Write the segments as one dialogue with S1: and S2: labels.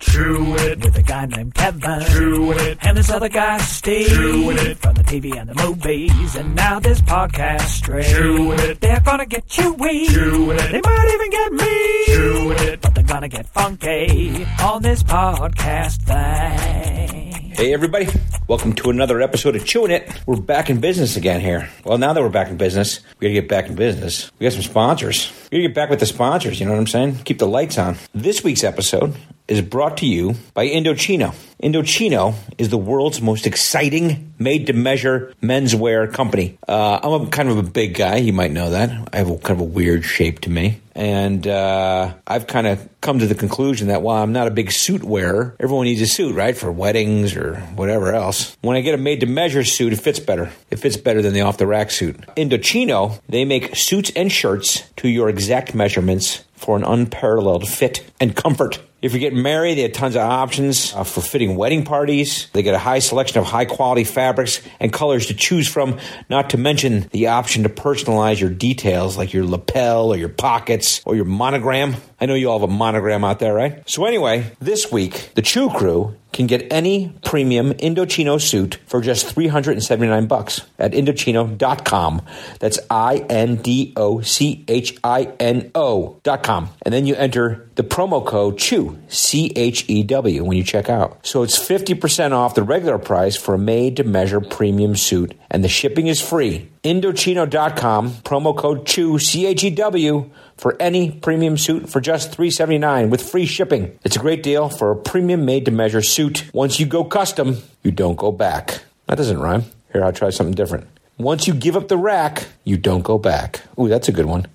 S1: Jewett.
S2: With a guy named Kevin.
S1: Jewett.
S2: And this other guy, Steve.
S1: Jewett.
S2: From the TV and the movies. And now this podcast straight.
S1: Jewett.
S2: They're gonna get chewy.
S1: Jewett.
S2: They might even get me.
S1: Jewett.
S2: But they're gonna get funky on this podcast thing.
S3: Hey, everybody. Welcome to another episode of Chewing It. We're back in business again here. Well, now that we're back in business, we gotta get back in business. We got some sponsors. We gotta get back with the sponsors, you know what I'm saying? Keep the lights on. This week's episode is brought to you by Indochino. Indochino is the world's most exciting made to measure menswear company. Uh, I'm a, kind of a big guy, you might know that. I have a kind of a weird shape to me. And uh, I've kind of come to the conclusion that while I'm not a big suit wearer, everyone needs a suit, right? For weddings or whatever else. When I get a made to measure suit, it fits better. It fits better than the off the rack suit. Indochino, they make suits and shirts to your exact measurements for an unparalleled fit and comfort. If you're getting married, they have tons of options uh, for fitting wedding parties. They get a high selection of high quality fabrics and colors to choose from, not to mention the option to personalize your details like your lapel or your pockets or your monogram. I know you all have a monogram out there, right? So, anyway, this week, the Chew Crew can get any premium Indochino suit for just 379 bucks at indochino.com. That's I N D O C H I N O.com. And then you enter the promo code CHEW, C H E W, when you check out. So it's 50% off the regular price for a made to measure premium suit, and the shipping is free. Indochino.com, promo code CHEW, C H E W, for any premium suit for just $379 with free shipping. It's a great deal for a premium made to measure suit. Once you go custom, you don't go back. That doesn't rhyme. Here, I'll try something different. Once you give up the rack, you don't go back. Ooh, that's a good one.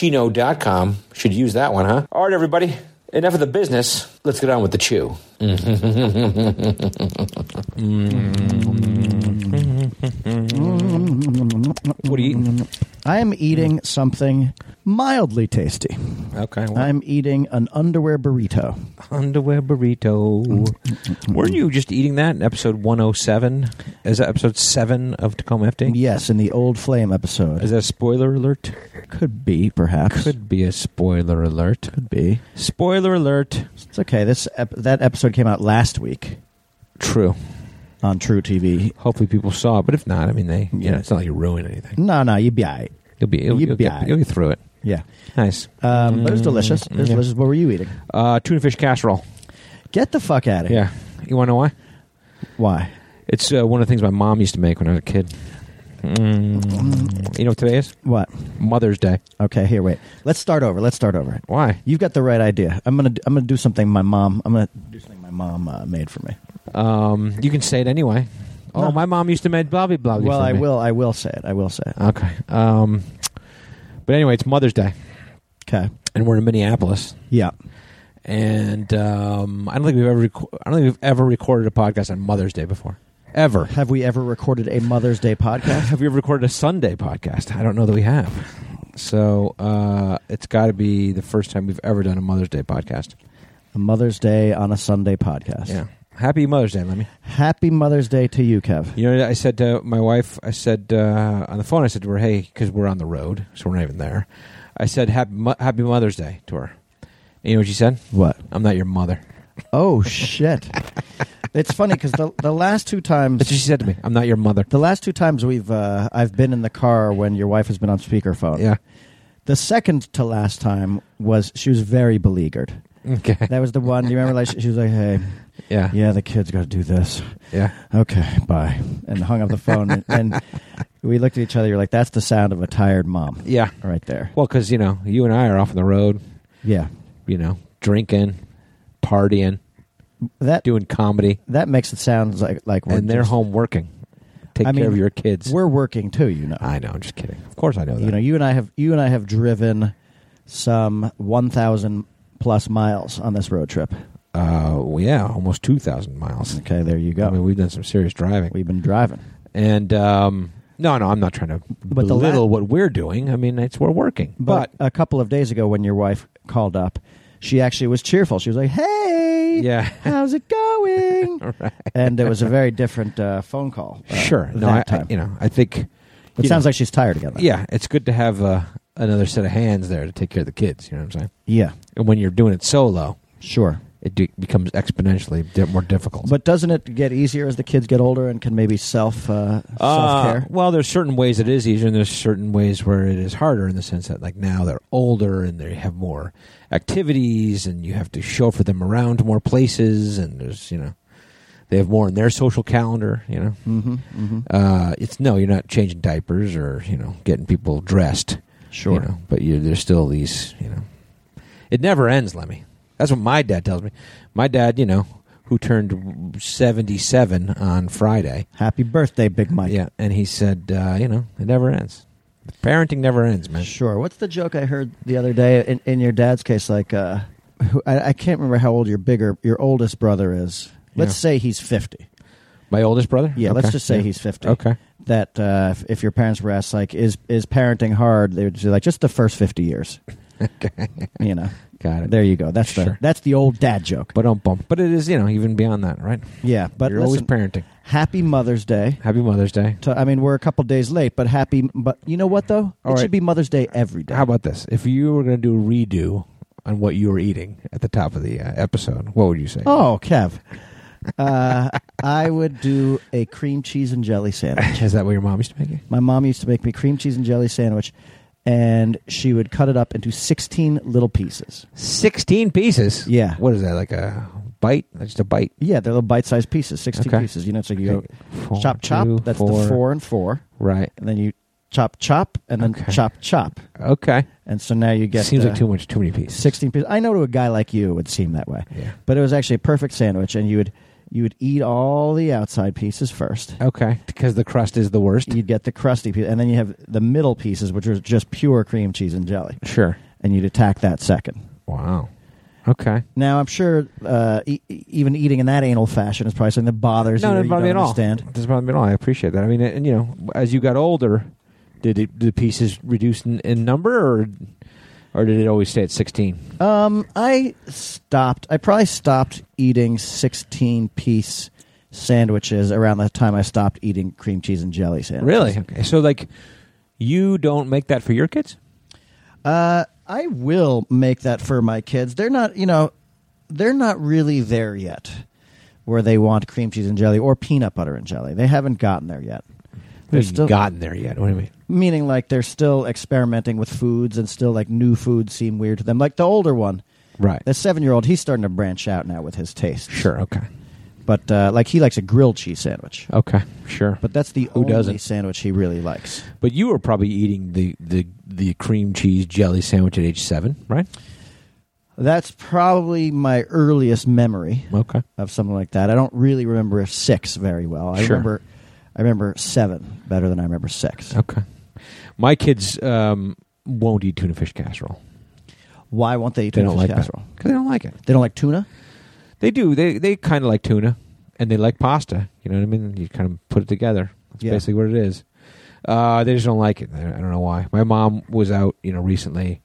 S3: Indochino.com. Should use that one, huh? All right, everybody. Enough of the business. Let's get on with the chew. Mm. What are you eating?
S4: I am eating something mildly tasty.
S3: Okay. well,
S4: I'm eating an underwear burrito.
S3: underwear burrito. Weren't you just eating that in episode 107? Is that episode 7 of Tacoma FD?
S4: Yes, in the old flame episode.
S3: Is that a spoiler alert?
S4: could be, perhaps.
S3: Could be a spoiler alert.
S4: could be.
S3: Spoiler alert.
S4: It's okay. This ep- that episode came out last week
S3: True.
S4: on True TV.
S3: Hopefully people saw it, but if not, I mean, they, you know, it's not like you ruin anything.
S4: No, no, you'd be all right.
S3: You'll be, you'll,
S4: You'd
S3: you'll
S4: be
S3: get,
S4: aight.
S3: you'll get through it.
S4: Yeah.
S3: Nice.
S4: Um, but it was delicious. It was
S3: Mm-hmm. yeah.
S4: delicious. What were you eating?
S3: Uh, tuna fish casserole.
S4: Get the fuck out of here.
S3: Yeah. You want to know why?
S4: Why?
S3: It's uh, one of the things my mom used to make when I was a kid. Mm. You know what today is?
S4: What?
S3: Mother's Day.
S4: Okay, here, wait. Let's start over. Let's start over.
S3: Why?
S4: You've got the right idea. I'm gonna I'm gonna do something my mom I'm gonna do something my mom uh, made for me.
S3: Um, you can say it anyway. Oh,
S4: No.
S3: my mom used to make blah blah blah.
S4: Well,
S3: for
S4: I
S3: me.
S4: will I will say it. I will say it.
S3: Okay. Um, but anyway, it's Mother's Day,
S4: Okay.
S3: and we're in Minneapolis,
S4: Yeah.
S3: and um, I don't think we've ever reco- I don't think we've ever recorded a podcast on Mother's Day before. Ever
S4: Have we ever recorded a Mother's Day podcast?
S3: have we ever recorded a Sunday podcast? I don't know that we have. So uh, it's got to be the first time we've ever done a Mother's Day podcast.
S4: a Mother's Day on a Sunday podcast.
S3: Yeah. Happy Mother's Day, Lemmy.
S4: Happy Mother's Day to you, Kev.
S3: You know, I said to my wife, I said uh, on the phone, I said to her, "Hey, because we're on the road, so we're not even there." I said, "Happy, Mo- Happy Mother's Day" to her. And you know what she said?
S4: What?
S3: I'm not your mother.
S4: Oh shit! it's funny because the the last two times
S3: That's what she said to me. I'm not your mother.
S4: the last two times we've uh, I've been in the car when your wife has been on speakerphone.
S3: Yeah.
S4: The second to last time was she was very beleaguered.
S3: Okay.
S4: That was the one. Do you remember? Like she she was like, "Hey,
S3: Yeah.
S4: yeah, the kids got to do this."
S3: Yeah.
S4: Okay, bye, and hung up the phone. and, and we looked at each other. You're like, "That's the sound of a tired mom."
S3: Yeah.
S4: right there.
S3: Well, because you know, you and I are off on the road.
S4: Yeah,
S3: You know, drinking, partying,
S4: that
S3: doing comedy,
S4: that makes it sound like like we're
S3: and they're
S4: just-
S3: home working. Take
S4: I
S3: care of
S4: mean,
S3: your kids.
S4: We're working too, you know.
S3: I know. I'm just kidding. Of course, I know that.
S4: you know, you and I have you and I have driven some one thousand plus miles on this road trip.
S3: uh, well, yeah, almost two thousand miles.
S4: Okay, there you go.
S3: I mean, we've done some serious driving.
S4: We've been driving.
S3: And um, no, no, I'm not trying to
S4: But the
S3: belittle
S4: la-
S3: what we're doing. I mean, it's we're working, but,
S4: But, a couple of days ago, when your wife called up, she actually was cheerful. She was like, "Hey,
S3: Yeah.
S4: how's it going?" And it was a very different uh, phone call. uh,
S3: sure. No,
S4: that
S3: I, I-
S4: time.
S3: you know, I think it
S4: it sounds like she's tired again. though.
S3: yeah, it's good to have uh, another set of hands there to take care of the kids. You know what I'm saying?
S4: yeah,
S3: And when you're doing it solo,
S4: sure.
S3: it de- becomes exponentially di- more difficult.
S4: But doesn't it get easier as the kids get older and can maybe self uh, self
S3: Uh,
S4: care?
S3: well, there's certain ways it is easier, and there's certain ways where it is harder. In the sense that, like now, they're older and they have more activities, and you have to chauffeur them around more places, and there's you know, they have more in their social calendar. You know,
S4: Mm-hmm, mm-hmm.
S3: uh, it's no, you're not changing diapers or you know, getting people dressed.
S4: Sure.
S3: you know, but you, there's still these. You know, it never ends, Lemmy. That's what my dad tells me. My dad, you know, who turned 77 on Friday.
S4: Happy birthday, Big Mike.
S3: Yeah, and he said, uh, you know, it never ends. Parenting never ends, man.
S4: Sure. What's the joke I heard the other day in, in your dad's case? Like, uh, who- I, I can't remember how old your bigger, your oldest brother is. Let's
S3: Yeah.
S4: say he's 50.
S3: My oldest brother?
S4: Yeah, let's
S3: Okay.
S4: just say
S3: Yeah.
S4: he's 50.
S3: Okay.
S4: That uh, if, if your parents were asked, like, is, is parenting hard? They would say, like, just the first 50 years. You know,
S3: Got it.
S4: there you go. That's, the,
S3: Sure.
S4: that's the old dad joke.
S3: But don't bump. But it is, you know, even beyond that, right?
S4: yeah, but
S3: You're always
S4: listen,
S3: parenting.
S4: happy Mother's Day.
S3: Happy Mother's Day.
S4: To, I mean, we're a couple days late, but happy. But you know what, though? it
S3: All right.
S4: should be Mother's Day every day.
S3: How about this? If you were going to do a redo on what you were eating at the top of the uh, episode, what would you say?
S4: Oh, Kev. Uh, I would do a cream cheese and jelly sandwich.
S3: Is that what your mom used to make? you?
S4: My mom used to make me cream cheese and jelly sandwich, and she would cut it up into 16 little pieces.
S3: 16 pieces?
S4: Yeah.
S3: What is that, like a bite? Just a bite?
S4: Yeah, they're little bite sized pieces, 16
S3: Okay.
S4: pieces. You know, it's like you go
S3: Four,
S4: chop, chop.
S3: two,
S4: that's
S3: four.
S4: the four and four.
S3: Right.
S4: And then you chop, chop, and then
S3: Okay.
S4: chop, chop.
S3: Okay.
S4: And so now you get
S3: Seems
S4: uh,
S3: like too much, too many pieces.
S4: 16 pieces. I know to a guy like you, it would seem that way.
S3: Yeah.
S4: But it was actually a perfect sandwich, and you would. You would eat all the outside pieces first.
S3: Okay. Because the crust is the worst.
S4: you'd get the crusty piece, and then you have the middle pieces, which are just pure cream cheese and jelly,
S3: Sure.
S4: and you'd attack that second.
S3: Wow. Okay.
S4: Now, I'm sure uh, e- e- even eating in that anal fashion is probably something that bothers
S3: No,
S4: you.
S3: no,
S4: or
S3: it
S4: you
S3: bothered me
S4: don't
S3: at all.
S4: understand.
S3: It doesn't bother me at all. I appreciate that. I mean, and you know, as you got older, did it, did the pieces reduce in, in number, or or did it always stay at sixteen?
S4: Um, I stopped. I probably stopped eating 16 piece sandwiches around the time I stopped eating cream cheese and jelly sandwiches.
S3: Okay. So like, you don't make that for your kids?
S4: Uh, I will make that for my kids. They're not, you know, they're not really there yet, where they want cream cheese and jelly or peanut butter and jelly. They haven't gotten there yet. They're
S3: We've
S4: still
S3: gotten there yet? What do you mean?
S4: meaning like they're still experimenting with foods and still like new foods seem weird to them. Like the older one,
S3: Right.
S4: the seven year old, he's starting to branch out now with his taste.
S3: sure. Okay.
S4: but uh, like he likes a grilled cheese sandwich.
S3: Okay. Sure.
S4: But that's the
S3: Who
S4: only
S3: doesn't?
S4: sandwich he really likes.
S3: but you were probably eating the the the cream cheese jelly sandwich at age seven, right?
S4: That's probably my earliest memory.
S3: Okay.
S4: of something like that. I don't really remember six very well. I
S3: Sure.
S4: remember I remember seven better than I remember six.
S3: Okay. My kids um, won't eat tuna fish casserole.
S4: Why won't they eat
S3: They
S4: tuna
S3: don't
S4: fish
S3: like
S4: casserole?
S3: because they don't like it.
S4: They don't like tuna?
S3: They do. They they kind of like tuna, and they like pasta. You know what I mean? You kind of put it together. That's
S4: Yeah.
S3: basically what it is. Uh, they just don't like it. I I don't know why. My mom was out, you know, recently,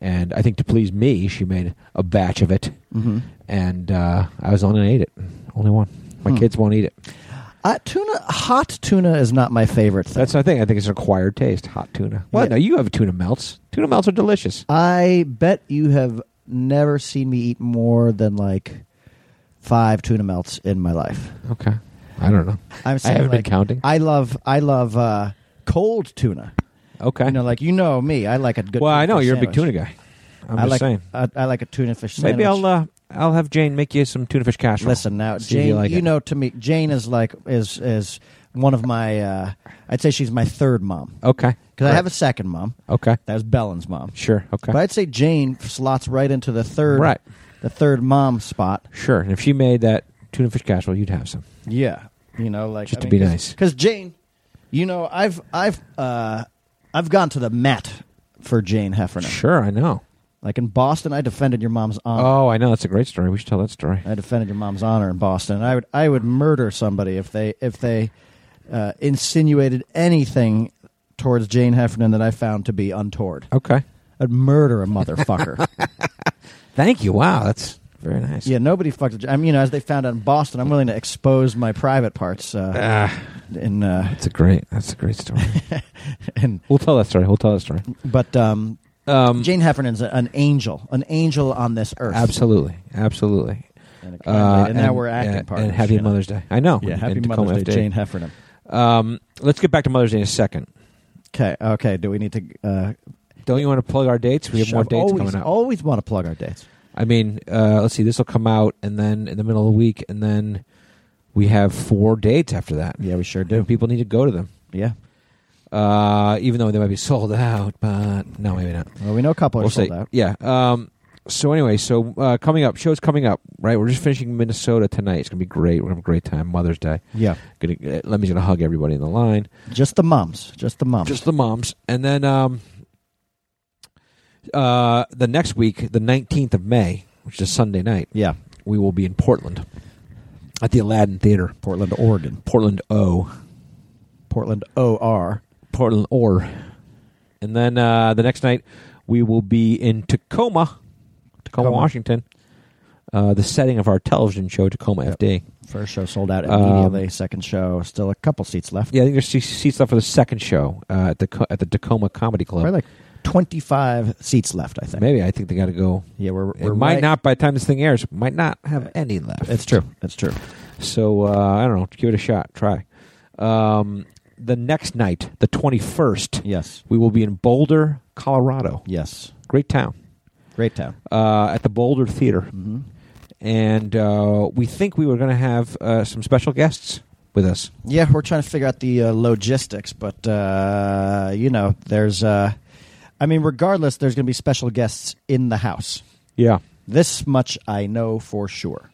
S3: and I think to please me, she made a batch of it,
S4: Mm-hmm.
S3: and uh, I was the only one that ate it. Only one. My
S4: Hmm.
S3: kids won't eat it.
S4: Uh, tuna hot tuna is not my favorite thing.
S3: That's the thing. I think it's an acquired taste. Hot tuna. Well,
S4: Yeah.
S3: no, you have tuna melts. Tuna melts are delicious.
S4: I bet you have never seen me eat more than like five tuna melts in my life.
S3: Okay. I don't know.
S4: I'm
S3: I
S4: saying,
S3: haven't
S4: like,
S3: been counting.
S4: I love I love uh, cold tuna.
S3: okay.
S4: You know, like you know me, I like a good.
S3: well,
S4: tuna
S3: I know
S4: fish
S3: you're a big
S4: sandwich.
S3: tuna guy. I'm
S4: I
S3: just
S4: like
S3: saying.
S4: I, I like a tuna fish sandwich.
S3: Maybe I'll uh, I'll have Jane make you some tuna fish casserole.
S4: Listen now,
S3: See if
S4: Jane. You,
S3: like it.
S4: know, to me, Jane is like is is one of my. Uh, I'd say she's my third mom
S3: Okay.
S4: because I
S3: Right.
S4: have a second mom.
S3: Okay.
S4: That was Bellen's mom.
S3: Sure. Okay.
S4: But I'd say Jane slots right into the third,
S3: Right.
S4: the third mom spot.
S3: Sure. And if she made that tuna fish casserole, you'd have some.
S4: Yeah, you know, like
S3: Just to be nice.
S4: Because Jane, you know, I've I've uh, I've gone to the mat for Jane Heffernan.
S3: Sure. I know.
S4: Like in Boston, I defended your mom's honor.
S3: Oh, I know. That's a great story. We should tell that story.
S4: I defended your mom's honor in Boston. And I would I would murder somebody if they if they uh, insinuated anything towards Jane Heffernan that I found to be untoward.
S3: Okay.
S4: I'd murder a motherfucker.
S3: Thank you. Wow. That's very nice.
S4: yeah, nobody fucks. with J- I mean, you know, as they found out in Boston, I'm willing to expose my private parts uh,
S3: Ah,
S4: in uh,
S3: that's a great. That's a great story.
S4: in.
S3: we'll tell that story. We'll tell that story.
S4: But um,
S3: Um,
S4: Jane Heffernan's a- an angel, an angel on this earth.
S3: absolutely. Absolutely.
S4: that kind of way. And, now we're acting
S3: uh, and,
S4: partners.
S3: And happy
S4: you know?
S3: Mother's Day. I know.
S4: Yeah,
S3: And-
S4: happy
S3: and Tacoma
S4: Mother's Day,
S3: FDA.
S4: Jane Heffernan.
S3: Um, let's get back to Mother's Day in a second.
S4: Okay, okay. Do we need to? Uh,
S3: Don't you want to plug our dates? We have more
S4: shove-
S3: dates
S4: always,
S3: coming up.
S4: Always want to plug our dates.
S3: I mean, uh, let's see. This will come out, and then in the middle of the week, and then we have four dates after that.
S4: Yeah, we sure
S3: And
S4: do.
S3: people need to go to them,
S4: Yeah.
S3: uh, even though they might be sold out. But no, maybe not.
S4: Well, we know a couple are
S3: We'll
S4: sold
S3: see.
S4: out.
S3: Yeah. Um, so anyway, so uh, coming up, shows coming up, right? We're just finishing Minnesota tonight. It's gonna be great. We're gonna have a great time. Mother's Day.
S4: Yeah.
S3: Gonna, uh, Lemmy's gonna hug everybody in the line.
S4: Just the moms. Just the moms.
S3: just the moms and then um uh the next week the 19th of may which is sunday night
S4: yeah.
S3: we will be in portland at the aladdin theater
S4: Portland, Oregon.
S3: portland o
S4: Portland, OR.
S3: portland or and then uh the next night we will be in tacoma tacoma,
S4: Tacoma.
S3: washington uh the setting of our television show tacoma
S4: Yep.
S3: fd
S4: First show sold out
S3: Um,
S4: immediately. Second show, still a couple seats left.
S3: yeah i think there's se- seats left for the second show uh at the co- at the tacoma comedy club
S4: Probably like 25 seats left, I think.
S3: maybe i think they got to go
S4: Yeah, we're,
S3: It
S4: we're
S3: might
S4: right-
S3: not by the time this thing airs. Might not have any left.
S4: It's true. It's true.
S3: So uh, I don't know. Give it a shot. Try. Um, the next night, the twenty first,
S4: Yes.
S3: we will be in Boulder, Colorado.
S4: Yes.
S3: Great town.
S4: Great town.
S3: Uh, at the Boulder Theater,
S4: Mhm.
S3: and uh, we think we were going to have uh, some special guests with us.
S4: Yeah, we're trying to figure out the uh, logistics, but uh, you know, there's. Uh, I mean, regardless, there's going to be special guests in the house.
S3: Yeah.
S4: This much I know for sure,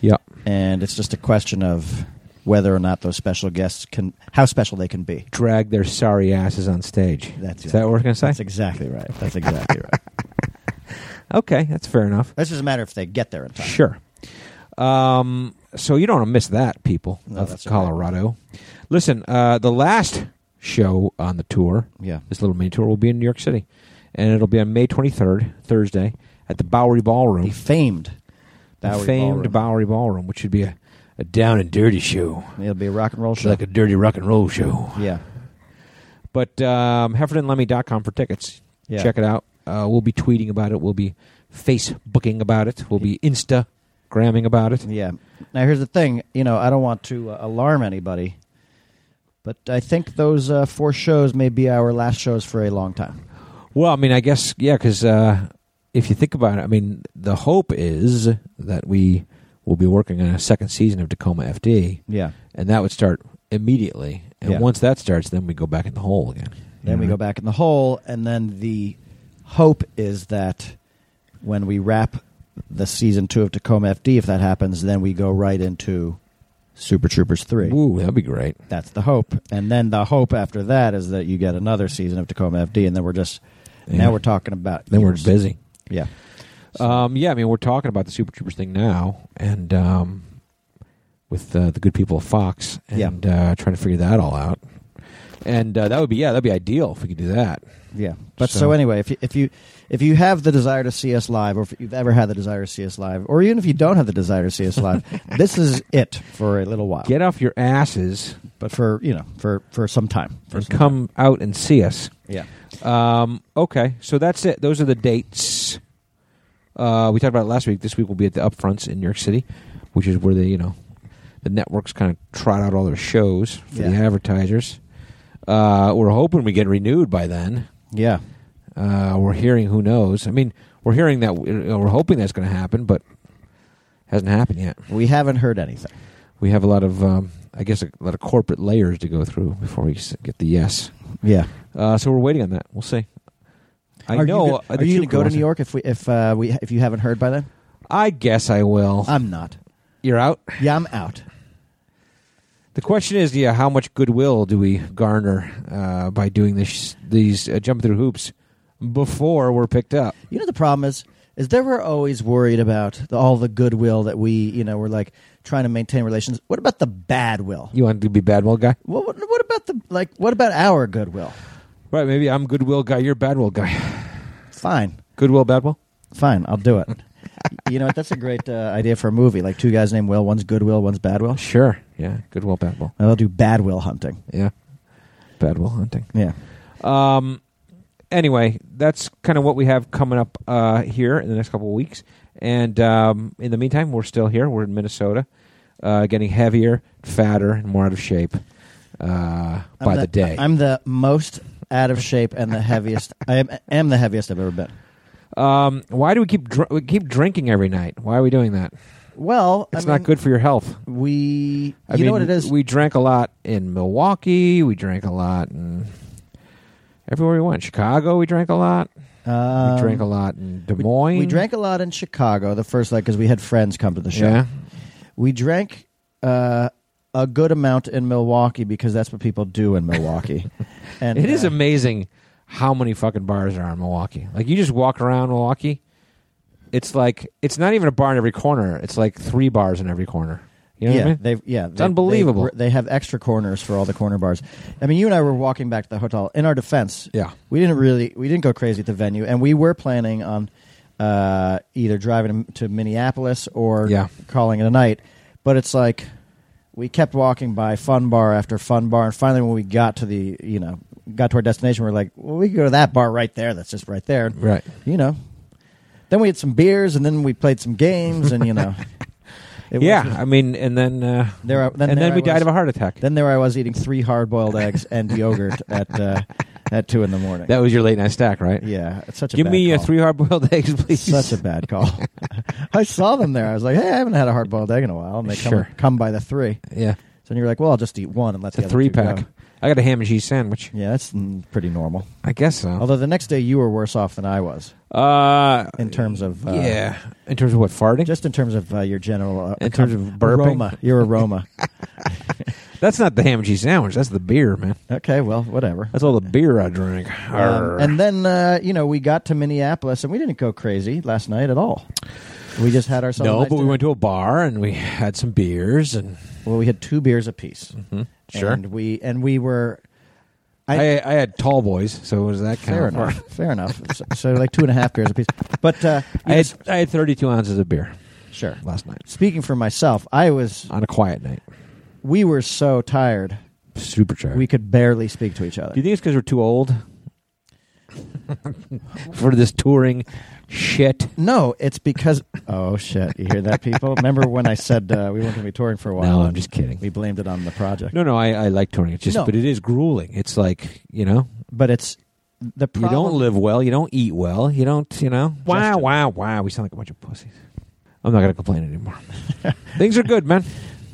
S3: Yeah.
S4: and it's just a question of whether or not those special guests can how special they can be.
S3: Drag their sorry asses on stage.
S4: That's
S3: is
S4: it.
S3: that what we're going to say?
S4: That's exactly right. That's exactly right.
S3: okay, that's fair enough.
S4: This is a matter if they get there in time.
S3: Sure. Um, so you don't want to miss that, people
S4: No,
S3: of
S4: that's all right.
S3: Colorado. Listen, uh, the last show on the tour,
S4: Yeah.
S3: this little mini tour, will be in New York City, and it'll be on May 23rd, Thursday, at the Bowery Ballroom,
S4: The famed,
S3: The
S4: Bowery
S3: famed
S4: Ballroom.
S3: Bowery Ballroom, which should be a, a down and dirty show,
S4: It'll be a rock and roll show.
S3: like a dirty rock and roll show.
S4: yeah.
S3: But um, heffernandlemmy.com for tickets.
S4: Yeah.
S3: Check it out. Uh, we'll be tweeting about it. We'll be Facebooking about it. We'll be Instagramming about it.
S4: Yeah. Now here's the thing. You know, I don't want to uh, alarm anybody, but I think those uh, four shows may be our last shows for a long time.
S3: Well, I mean, I guess yeah, because uh, if you think about it, I mean, the hope is that we will be working on a second season of Tacoma FD,
S4: Yeah.
S3: and that would start immediately. And
S4: Yeah.
S3: once that starts, then we go back in the hole again.
S4: Then we go
S3: Mm-hmm.
S4: back in the hole, and then the hope is that when we wrap the season two of Tacoma FD, if that happens, then we go right into Super Troopers three.
S3: Ooh, that'd be great.
S4: That's the hope, and then the hope after that is that you get another season of Tacoma FD, and then we're just
S3: Yeah.
S4: now we're talking about
S3: Then we're
S4: years.
S3: busy.
S4: Yeah.
S3: Um, yeah, I mean, we're talking about the Super Troopers thing now, and um, with uh, the good people of Fox, and uh, trying to figure that all out. And uh, that would be yeah, that'd be ideal if we could do that.
S4: Yeah, but so,
S3: So-
S4: anyway, if you, if you if you have the desire to see us live, or if you've ever had the desire to see us live, or even if you don't have the desire to see us live, this is it for a little while.
S3: Get off your asses
S4: but for you know, for for some time, for
S3: and
S4: some
S3: come out and see us.
S4: yeah,
S3: Um, okay, so that's it. Those are the dates. Uh, we talked about it last week. This week we'll be at the Upfronts in New York City, which is where the you know the networks kind of trot out all their shows for the
S4: Yeah.
S3: advertisers. Uh, we're hoping we get renewed by then.
S4: yeah,
S3: Uh, we're hearing who knows. I mean, we're hearing that we're hoping that's going to happen, but hasn't happened yet.
S4: we haven't heard anything.
S3: We have a lot of um, I guess a lot of corporate layers to go through before we s- get the yes.
S4: Yeah,
S3: Uh, so we're waiting on that. We'll see. I
S4: are
S3: know.
S4: You, go-
S3: uh, the
S4: are you
S3: Troop
S4: going to go to
S3: Wars-
S4: New York if we if uh, we if you haven't heard by then?
S3: I guess I will.
S4: I'm not.
S3: You're out.
S4: Yeah, I'm Uh, out.
S3: The question is, yeah, how much goodwill do we garner uh, by doing this, these uh, jump through hoops before we're picked up?
S4: You know the problem is is that we're always worried about the, all the goodwill that we you know we're like trying to maintain relations. What about the bad will?
S3: You want to be badwill guy,
S4: What, what what about the like? What about our goodwill?
S3: right? Maybe I'm goodwill guy. You're badwill guy.
S4: Fine,
S3: Goodwill, badwill.
S4: fine, I'll do it. you know what? That's a great uh, idea for a movie. Like two guys named Will, one's Goodwill, one's Badwill.
S3: Sure. Yeah. Goodwill, badwill.
S4: I'll do Badwill hunting.
S3: Yeah. Badwill hunting.
S4: Yeah,
S3: Um, anyway, that's kind of what we have coming up uh, here in the next couple of weeks. And um, in the meantime, we're still here. We're in Minnesota, uh, getting heavier, fatter, and more out of shape uh,
S4: I'm
S3: by the, day.
S4: I'm the most out of shape and the heaviest. I am, am the heaviest I've ever been.
S3: um, why do we keep dr- we keep drinking every night? Why are we doing that?
S4: Well,
S3: It's
S4: I mean,
S3: not good for your health.
S4: We, you
S3: I
S4: know
S3: mean,
S4: what it is.
S3: We drank a lot in Milwaukee. We drank a lot in everywhere we went. Chicago, we drank a lot.
S4: Um,
S3: we drank a lot in Des
S4: we-
S3: Moines.
S4: We drank a lot in Chicago the first night because we had friends come to the show.
S3: Yeah.
S4: We drank uh, a good amount in Milwaukee because that's what people do in Milwaukee. and
S3: It is
S4: uh,
S3: amazing how many fucking bars there are in Milwaukee. Like you just walk around Milwaukee, it's like it's not even a bar in every corner. It's like three bars in every corner. You know
S4: yeah,
S3: what I mean?
S4: they've yeah, they-
S3: unbelievable.
S4: They, they have extra corners for all the corner bars. I mean, you and I were walking back to the hotel. In our defense,
S3: Yeah.
S4: we didn't really we didn't go crazy at the venue, and we were planning on uh, either driving to Minneapolis or
S3: Yeah.
S4: calling it a night. But it's like we kept walking by fun bar after fun bar, and finally, when we got to the you know got to our destination, we are like, well, we could go to that bar right there. That's just right there,
S3: Right.
S4: You know. Then we had some beers, and then we played some games, and you know. It
S3: yeah,
S4: was-
S3: I mean, and then uh,
S4: There I- then
S3: and
S4: there
S3: then
S4: I
S3: we
S4: was.
S3: died of a heart attack.
S4: Then there I was eating three hard-boiled eggs and yogurt at uh, at two in the morning.
S3: that was your late night stack, right?
S4: yeah, it's such a
S3: Give
S4: bad
S3: me uh,
S4: call.
S3: three hard boiled eggs, please.
S4: Such a bad call. I saw them there. I was like, hey, I haven't had a hard-boiled egg in a while, and they come
S3: Sure.
S4: come by the three.
S3: yeah,
S4: So you're like, well, I'll just eat one and let
S3: it's a
S4: the other
S3: three
S4: two go.
S3: pack. I got a ham and cheese sandwich.
S4: Yeah, that's mm, pretty normal.
S3: I guess so.
S4: Although the next day you were worse off than I was
S3: uh,
S4: in terms of uh,
S3: yeah, in terms of what farting,
S4: just in terms of uh, your general uh,
S3: In terms of burping?
S4: aroma, your aroma.
S3: that's not the ham and cheese sandwich. That's the beer, man.
S4: okay, well, whatever.
S3: That's all the beer I drank.
S4: Um,
S3: Arr.
S4: and then uh, you know we got to Minneapolis and we didn't go crazy last night at all. We just had ourselves. a
S3: No,
S4: nice
S3: but we
S4: dinner.
S3: went to a bar and we had some beers and
S4: Well, we had two beers apiece.
S3: Sure.
S4: And we and we were
S3: I,
S4: I-
S3: I had tall boys, so was that kind
S4: fair
S3: of
S4: enough. fair enough. So, so like two and a half beers apiece. But uh,
S3: I had
S4: yes,
S3: I had thirty two ounces of beer
S4: sure.
S3: last night
S4: Speaking for myself, I was.
S3: on a quiet night.
S4: We were so tired
S3: Super tired.
S4: we could barely speak to each
S3: Do you
S4: other.
S3: think it's because we're too old for this touring shit?
S4: No, it's because oh shit! You hear that, people? Remember when I said uh, we weren't going to be touring for a while?
S3: No, I'm
S4: and
S3: just kidding.
S4: We blamed it on the project.
S3: No, no, I, I like touring. It's just,
S4: No.
S3: but it is grueling. It's like you know,
S4: But it's the
S3: you
S4: problem.
S3: don't live well, you don't eat well, you don't, you know. Wow,
S4: Justin.
S3: wow, wow. We sound like a bunch of pussies. I'm not gonna complain anymore. Things are good, man.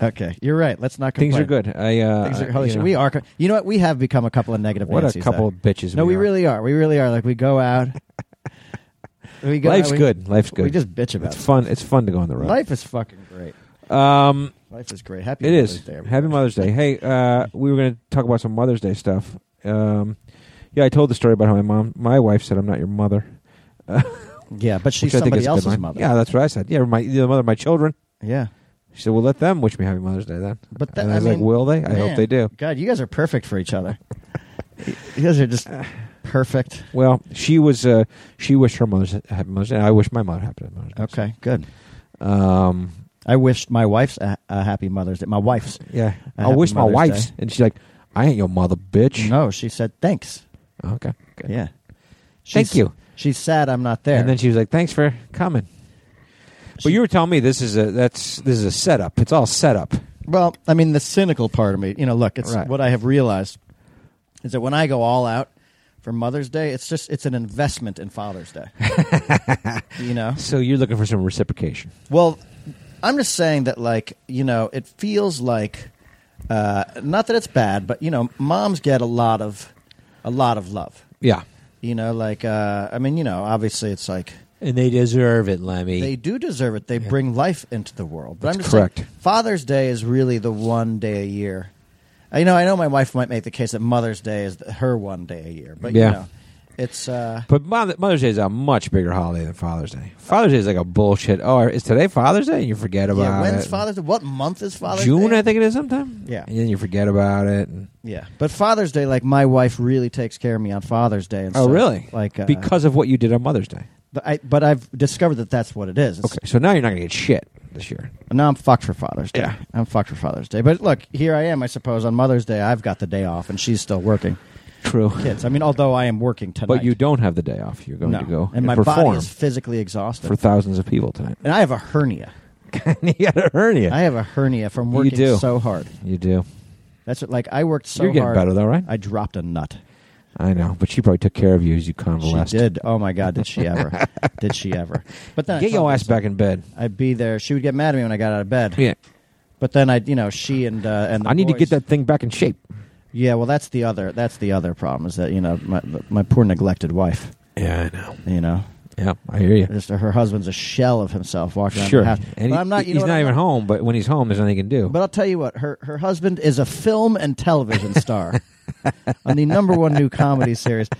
S4: Okay, you're right. Let's not complain.
S3: Things are good. I uh,
S4: Things are,
S3: I-
S4: holy
S3: you
S4: shit,
S3: know.
S4: we are. co- You know what? We have become a couple of negative.
S3: What a
S4: Nancy's
S3: couple
S4: though.
S3: of bitches.
S4: No, we,
S3: are.
S4: really are. We really are. Like we go out. we go.
S3: Life's
S4: out, we-
S3: good. Life's good.
S4: We just bitch about
S3: it's
S4: it.
S3: fun. It's fun to go on the road.
S4: Life is fucking great.
S3: Um,
S4: Life is great. Happy
S3: it
S4: Mother's
S3: is.
S4: Day, everybody.
S3: Happy Mother's Day. Hey, uh, we were going to talk about some Mother's Day stuff. Um, yeah, I told the story about how my mom, my wife said, "I'm not your mother."
S4: Yeah, but she's
S3: which I think
S4: somebody
S3: is a good
S4: else's
S3: line.
S4: mother.
S3: Yeah, that's what I said. Yeah, my you're the mother of my children.
S4: yeah.
S3: She said, "Well, let them wish me Happy Mother's Day then."
S4: But that,
S3: and I was like,
S4: mean,
S3: "Will they? I
S4: man,
S3: hope they do."
S4: God, you guys are perfect for each other. you guys are just perfect.
S3: Well, she was. Uh, she wished her mother's Happy Mother's Day. I wish my mother Happy Mother's Day.
S4: Okay, good.
S3: Um,
S4: I wished my wife's a, a happy Mother's Day. My wife's.
S3: yeah, I
S4: A Happy
S3: wish my
S4: Mother's
S3: wife's,
S4: Day.
S3: and she's like, "I ain't your mother, bitch."
S4: No, she said thanks.
S3: Okay. Good.
S4: Yeah.
S3: Thank
S4: She's-
S3: you.
S4: She's sad I'm not there.
S3: And then she was like, "Thanks for coming." But you were telling me this is a that's this is a setup. It's all set up.
S4: Well, I mean, the cynical part of me, you know, look, it's
S3: Right.
S4: what I have realized is that when I go all out for Mother's Day, it's just it's an investment in Father's Day. you know,
S3: So you're looking for some reciprocation.
S4: well, I'm just saying that, like, you know, it feels like uh, not that it's bad, but you know, moms get a lot of a lot of love.
S3: Yeah.
S4: You know, like, uh, I mean, you know, obviously, it's like
S3: And they deserve it, Lemmy.
S4: they do deserve it. They bring life into the world. But I'm
S3: That's
S4: just
S3: correct.
S4: saying, Father's Day is really the one day a year. I know, I know, my wife might make the case that Mother's Day is the- her one day a year, but
S3: Yeah.
S4: you know, it's uh,
S3: but Mother- Mother's Day is a much bigger holiday than Father's Day. Father's Day is like a bullshit. Oh, is today Father's Day? And you forget about
S4: yeah. When's
S3: it.
S4: Father's Day? What month is Father's Day?
S3: June, I think it is sometime.
S4: Yeah.
S3: And then you forget about it. And,
S4: Yeah, but Father's Day, like my wife really takes care of me on Father's Day. And
S3: oh,
S4: so,
S3: really?
S4: Like, uh,
S3: because of what you did on Mother's Day.
S4: but, I, but I've discovered that that's what it is. It's-
S3: Okay. So now you're not going to get shit this year.
S4: Now I'm fucked for Father's Day.
S3: Yeah.
S4: I'm fucked for Father's Day. But look, here I am. I suppose on Mother's Day, I've got the day off, and she's still working.
S3: True.
S4: kids. I mean, although I am working tonight,
S3: But you don't have the day off. You're going
S4: no.
S3: to go
S4: and my body
S3: perform
S4: is physically exhausted.
S3: for thousands of people tonight.
S4: and I have a hernia.
S3: you got a hernia.
S4: I have a hernia from working
S3: do.
S4: so hard.
S3: you do.
S4: That's what, like I worked so
S3: You're getting
S4: hard.
S3: better though, right?
S4: I dropped a nut.
S3: I know, but she probably took care of you as you convalesced.
S4: She did. Oh my god, did she ever? did she ever? But then I
S3: Get your
S4: told
S3: ass
S4: myself
S3: back in bed.
S4: I'd be there. She would get mad at me when I got out of bed.
S3: Yeah.
S4: But then I, you know, she and uh, and the
S3: I need to
S4: boys-
S3: get that thing back in shape.
S4: Yeah, well, that's the other. That's the other problem is that you know my my poor neglected wife.
S3: Yeah, I know.
S4: You know,
S3: Yeah, I hear you.
S4: just her husband's a shell of himself walking around
S3: Sure.
S4: the house.
S3: And
S4: but
S3: he-
S4: I'm not. You know
S3: he's
S4: what
S3: not
S4: I'm
S3: even home, but when he's home, there's nothing he can do.
S4: But I'll tell you what, her her husband is a film and television star on the number one new comedy series.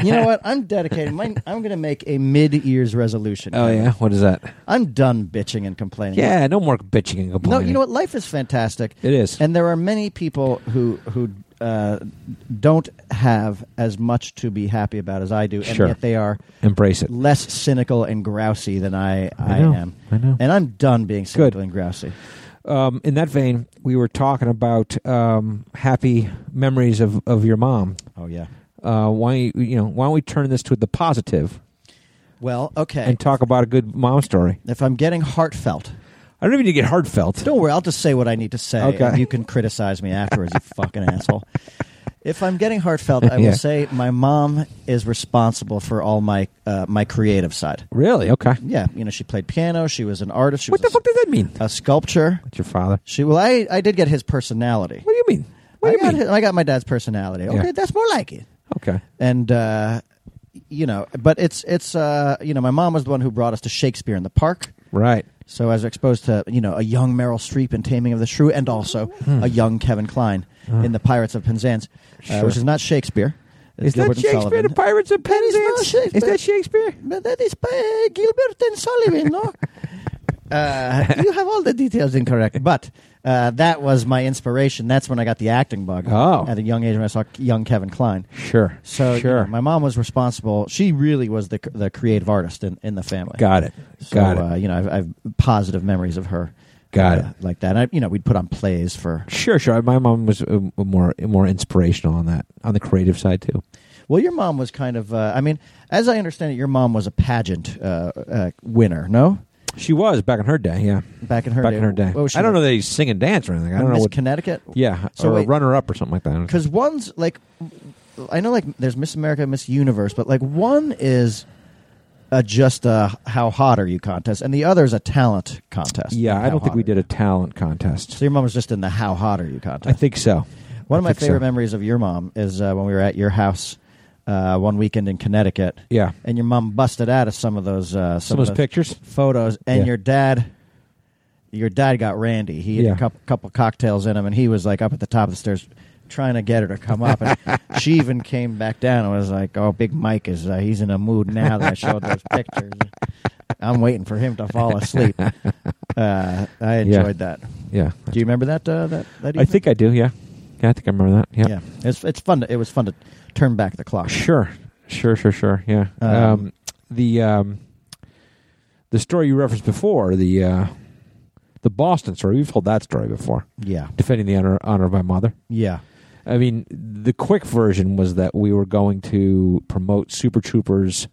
S4: You know what? I'm dedicated. My, I'm going to make a mid year's resolution.
S3: oh,
S4: Kevin.
S3: yeah? What is that?
S4: I'm done bitching and complaining.
S3: Yeah, no more bitching and
S4: No,
S3: complaining.
S4: you know what? Life is fantastic.
S3: It is.
S4: and there are many people who who uh, don't have as much to be happy about as I do, and
S3: Sure.
S4: yet they are
S3: Embrace it.
S4: less cynical and grousy than I I,
S3: know.
S4: am.
S3: I know.
S4: and I'm done being cynical
S3: Good.
S4: and grousy.
S3: Um, in that vein, we were talking about um, happy memories of, of your mom.
S4: Oh yeah.
S3: Uh, why you know? Why don't we turn this to the positive
S4: Well, okay.
S3: and talk about a good mom story?
S4: if I'm getting heartfelt,
S3: I don't even need to get heartfelt.
S4: don't worry. I'll just say what I need to say.
S3: Okay.
S4: and you can criticize me afterwards, you fucking asshole. If I'm getting heartfelt, I will
S3: Yeah.
S4: say my mom is responsible for all my uh, my creative side.
S3: Really? Okay.
S4: Yeah, you Uh, know, she played piano. She was an artist. She
S3: What the
S4: was a,
S3: fuck does that mean?
S4: a sculpture.
S3: It's your father.
S4: She well, I I did get his personality.
S3: What do you mean? What
S4: I
S3: do you
S4: got
S3: mean?
S4: his- I got my dad's personality. Okay, that's more like it.
S3: Okay.
S4: And uh, you know, but it's it's uh, you know, my mom was the one who brought us to Shakespeare in the Park.
S3: Right.
S4: So I was exposed to you know a young Meryl Streep in Taming of the Shrew, and also
S3: Hmm.
S4: a young Kevin Kline in The Pirates of Penzance, uh,
S3: Sure.
S4: which is not Shakespeare. It's
S3: Is that
S4: Gilbert and
S3: Shakespeare?
S4: Sullivan.
S3: The Pirates of
S4: That is not
S3: Penzance. Is
S4: Shakespeare.
S3: that Shakespeare?
S4: But that is by uh, Gilbert and Sullivan, no? Uh, you have all the details incorrect, but uh, that was my inspiration. That's when I got the acting bug.
S3: Oh.
S4: At a young age when I saw young Kevin Klein.
S3: Sure.
S4: So you
S3: sure.
S4: know, my mom was responsible. She really was the, the creative artist in, in the family.
S3: Got it.
S4: So,
S3: Got it.
S4: Uh, you know, I've, I've positive memories of her.
S3: Got
S4: uh,
S3: it.
S4: Like that. And I, you know, we'd put on plays for.
S3: Sure, sure. My mom was uh, more more inspirational on that, on the creative side too.
S4: Well, your mom was kind of. Uh, I mean, as I understand it, your mom was a pageant uh, uh, winner. No,
S3: She was back in her day, yeah.
S4: back in her
S3: back
S4: day.
S3: in her day.
S4: What was she
S3: I don't
S4: like?
S3: know that he sing and dance or anything. I don't
S4: Miss
S3: know what.
S4: Connecticut.
S3: yeah,
S4: So
S3: or
S4: wait.
S3: a runner up or something like that.
S4: because one's like I know like there's Miss America, and Miss Universe, but like one is uh, just a how hot are you contest, and the other is a talent contest.
S3: yeah,
S4: Like,
S3: I
S4: how
S3: don't think
S4: hot
S3: we
S4: are
S3: did
S4: you.
S3: a talent contest.
S4: So your mom was just in the how hot are you contest.
S3: I think so.
S4: one of
S3: I
S4: my
S3: think so.
S4: favorite memories of your mom is uh, when we were at your house uh, one weekend in Connecticut.
S3: Yeah.
S4: and your mom busted out of some of those uh,
S3: Some
S4: some,
S3: of those
S4: those
S3: pictures.
S4: photos, and
S3: Yeah.
S4: your dad. Your dad got Randy. He had
S3: Yeah.
S4: a couple, couple cocktails in him, and he was like up at the top of the stairs trying to get her to come up. And she even came back down and was like, "Oh, Big Mike is uh, he's in a mood now that I showed those pictures. I'm waiting for him to fall asleep." Uh, I enjoyed that.
S3: Yeah,
S4: Do you remember that? Uh, that that
S3: I
S4: evening?
S3: think I do. Yeah, yeah, I think I remember that. Yeah,
S4: Yeah, it's it's fun. To, it was fun to turn back the clock.
S3: sure, sure, sure, sure. Yeah,
S4: Um,
S3: um, the um, the story you referenced before the uh, the Boston story. We've told that story before.
S4: Yeah,
S3: Defending the honor honor of my mother.
S4: yeah,
S3: I mean, the quick version was that we were going to promote Super Troopers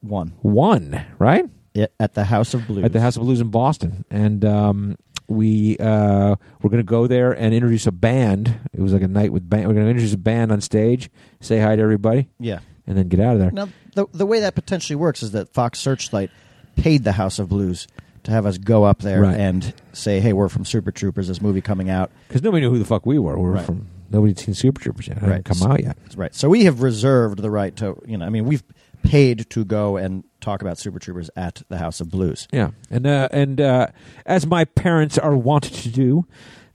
S4: one
S3: One, right?
S4: Yeah, at the House of Blues
S3: At the House of Blues in Boston, and um, we uh, we're going to go there and introduce a band. It was like a night with band. We're going to introduce a band on stage, say hi to everybody,
S4: Yeah.
S3: and then get out of there.
S4: Now, the, the way that potentially works is that Fox Searchlight paid the House of Blues to have us go up there
S3: Right.
S4: and say, "Hey, we're from Super Troopers. This movie coming out."
S3: because nobody knew who the fuck we were. We were
S4: Right.
S3: from nobody'd seen Super Troopers yet. It hadn't
S4: Right.
S3: come out yet.
S4: Right. So we have reserved the right to, you know, I mean, we've paid to go and talk about Super Troopers at the House of Blues.
S3: Yeah, and uh, and uh, as my parents are wont to do,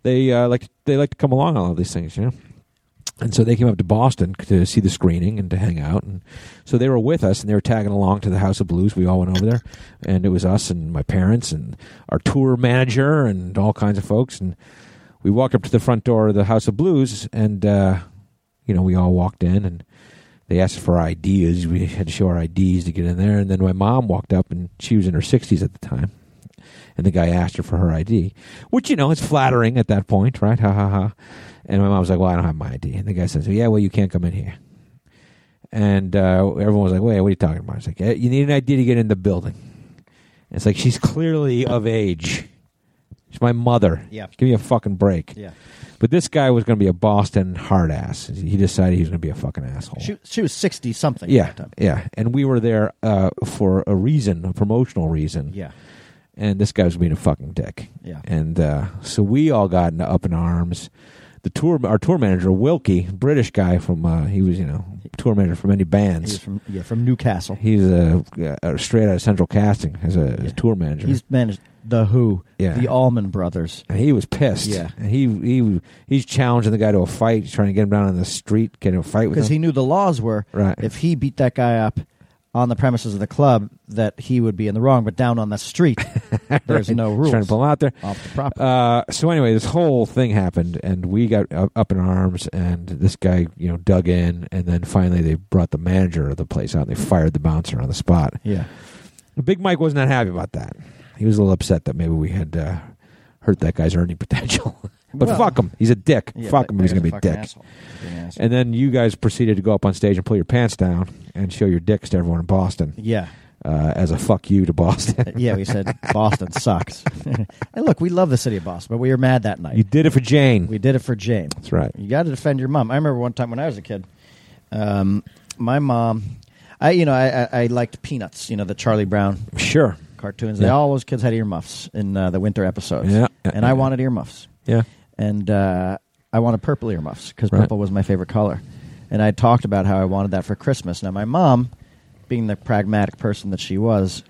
S3: they uh, like they like to come along on all of these things, you know. And so they came up to Boston to see the screening and to hang out, and so they were with us and they were tagging along to the House of Blues. We all went over there, and it was us and my parents and our tour manager and all kinds of folks. And we walked up to the front door of the House of Blues, and uh, you know we all walked in and they asked for our IDs. We had to show our IDs to get in there. And then my mom walked up, and she was in her 60s at the time. And the guy asked her for her ID, which, you know, it's flattering at that point, right? Ha ha ha. And my mom was like, well, I don't have my ID. And the guy says, yeah, well, you can't come in here. And uh, everyone was like, wait, what are you talking about? It's like, "Eh, you need an ID to get in the building. And it's like, she's clearly of age. She's my mother.
S4: Yeah.
S3: Give me a fucking break.
S4: Yeah.
S3: But this guy was going to be a Boston hard ass. He decided he was going to be a fucking asshole.
S4: She, she was 60 something
S3: yeah,
S4: at that time.
S3: yeah. And we were there uh, for a reason, a promotional reason.
S4: Yeah.
S3: And this guy was being a fucking dick.
S4: Yeah.
S3: And uh, so we all got in, up in arms. The tour, our tour manager Wilkie, British guy from, uh, he was you know tour manager for many
S4: He was
S3: bands.
S4: from, yeah, from Newcastle.
S3: He's a, a straight out of Central Casting as a, as a tour manager.
S4: He's managed The Who,
S3: Yeah.
S4: the Allman Brothers.
S3: And he was pissed.
S4: Yeah.
S3: And he he he's challenging the guy to a fight, trying to get him down on the street, get in a fight with him.
S4: Because he knew the laws were
S3: Right.
S4: if he beat that guy up on the premises of the club, that he would be in the wrong, but down on the street, there's no
S3: He's
S4: rules.
S3: trying to pull him out there.
S4: off the property.
S3: Uh, so anyway, this whole thing happened, and we got up, up in arms, and this guy, you know, dug in, and then finally they brought the manager of the place out. and They fired the bouncer on the spot.
S4: yeah.
S3: Big Mike was not happy about that. He was a little upset that maybe we had uh, hurt that guy's earning potential. but
S4: Well-
S3: fuck him, he's a dick.
S4: yeah
S3: fuck him,
S4: that
S3: he's
S4: guy's
S3: gonna be a
S4: fucking
S3: dick.
S4: asshole. He's an asshole.
S3: And then you guys proceeded to go up on stage and pull your pants down and show your dicks to everyone in Boston
S4: yeah.
S3: uh, as a fuck you to Boston.
S4: Yeah, we said Boston sucks. and look, we love the city of Boston, but we were mad that night.
S3: you did it for Jane.
S4: we did it for Jane.
S3: That's right.
S4: You got to defend your mom. I remember one time when I was a kid, um, my mom, I you know I, I, I liked Peanuts, you know the Charlie Brown
S3: Sure.
S4: cartoons. They
S3: Yeah.
S4: all those kids had earmuffs in uh, the winter episodes.
S3: Yeah.
S4: and I wanted earmuffs,
S3: Yeah.
S4: and uh, I wanted purple earmuffs because
S3: Right.
S4: purple was my favorite color. And I talked about how I wanted that for Christmas. Now my mom, being the pragmatic person that she was.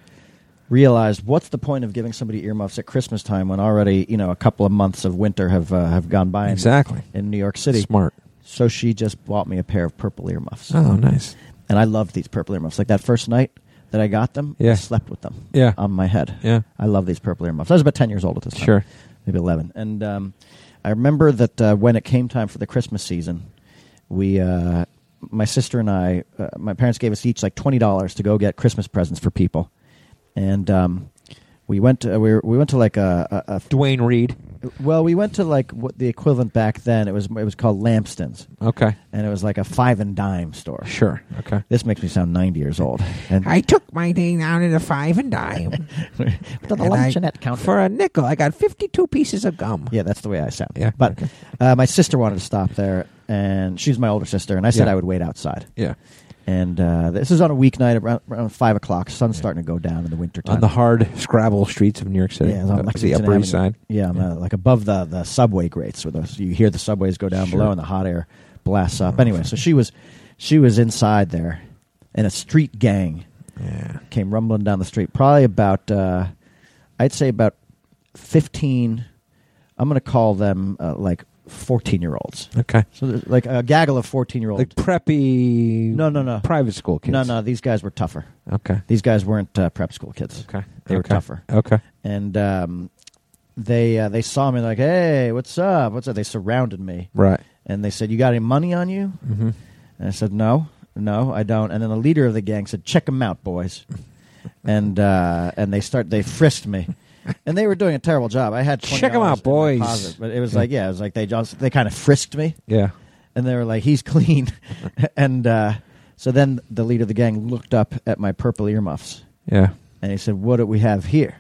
S4: Realized what's the point of giving somebody earmuffs at Christmas time when already you know a couple of months of winter have uh, have gone by and
S3: Exactly.
S4: in New York City.
S3: Smart.
S4: So she just bought me a pair of purple earmuffs.
S3: Oh, nice.
S4: And I loved these purple earmuffs. Like that first night that I got them,
S3: Yeah.
S4: I slept with them
S3: Yeah.
S4: on my head.
S3: Yeah.
S4: I love these purple earmuffs. I was about 10 years old at this time.
S3: Sure.
S4: Maybe 11. And um, I remember that uh, when it came time for the Christmas season, we, uh, my sister and I, uh, my parents gave us each like $20 to go get Christmas presents for people. And um, we went to, uh, we, were, we went to like a, a, a
S3: Dwayne Reed.
S4: well, we went to like what the equivalent back then. It was it was called Lampston's,
S3: Okay.
S4: and it was like a five and dime store.
S3: Sure. Okay.
S4: This makes me sound ninety years old. And
S3: I took my thing down at a five and dime.
S4: to the
S3: And I-
S4: luncheonette counter.
S3: For a nickel, I got 52 pieces of gum.
S4: yeah, that's the way I sound.
S3: Yeah,
S4: but
S3: okay.
S4: uh, my sister wanted to stop there, and she's my older sister, and I said
S3: Yeah.
S4: I would wait outside.
S3: Yeah.
S4: And uh, this is on a weeknight around, around five o'clock. Sun's starting to go down in the wintertime.
S3: On the hard Scrabble streets of New York City.
S4: Yeah, it was on
S3: Uh, the
S4: Lexington
S3: Upper East
S4: Avenue.
S3: Side.
S4: Yeah, I'm, uh, like above the, the subway grates, where those you hear the subways go down
S3: Sure.
S4: below and the hot air blasts up. Anyway, so she was she was inside there, and a street gang
S3: Yeah.
S4: came rumbling down the street. Probably about uh, I'd say about fifteen. I'm going to call them uh, like fourteen year olds.
S3: Okay.
S4: So there's like a gaggle of fourteen year olds.
S3: Like preppy.
S4: No, no, no.
S3: Private school kids.
S4: no, no, these guys were tougher.
S3: Okay.
S4: These guys weren't uh, prep school kids.
S3: Okay.
S4: They were
S3: Okay.
S4: tougher
S3: Okay.
S4: and um, they uh, they saw me like, "Hey, what's up? What's up?" They surrounded me
S3: Right.
S4: and they said, "You got any money on you?"
S3: Mm-hmm.
S4: And I said, "No, no, I don't." And then the leader of the gang said, "Check them out, boys," and uh, and they start they frisked me. And they were doing a terrible job. I had
S3: Check 'em out,
S4: $20 in my
S3: boys.
S4: pocket, but it was like, yeah, it was like they just they kind of frisked me,
S3: Yeah.
S4: and they were like, "He's clean," and uh, so then the leader of the gang looked up at my purple earmuffs,
S3: Yeah.
S4: and he said, "What do we have here?"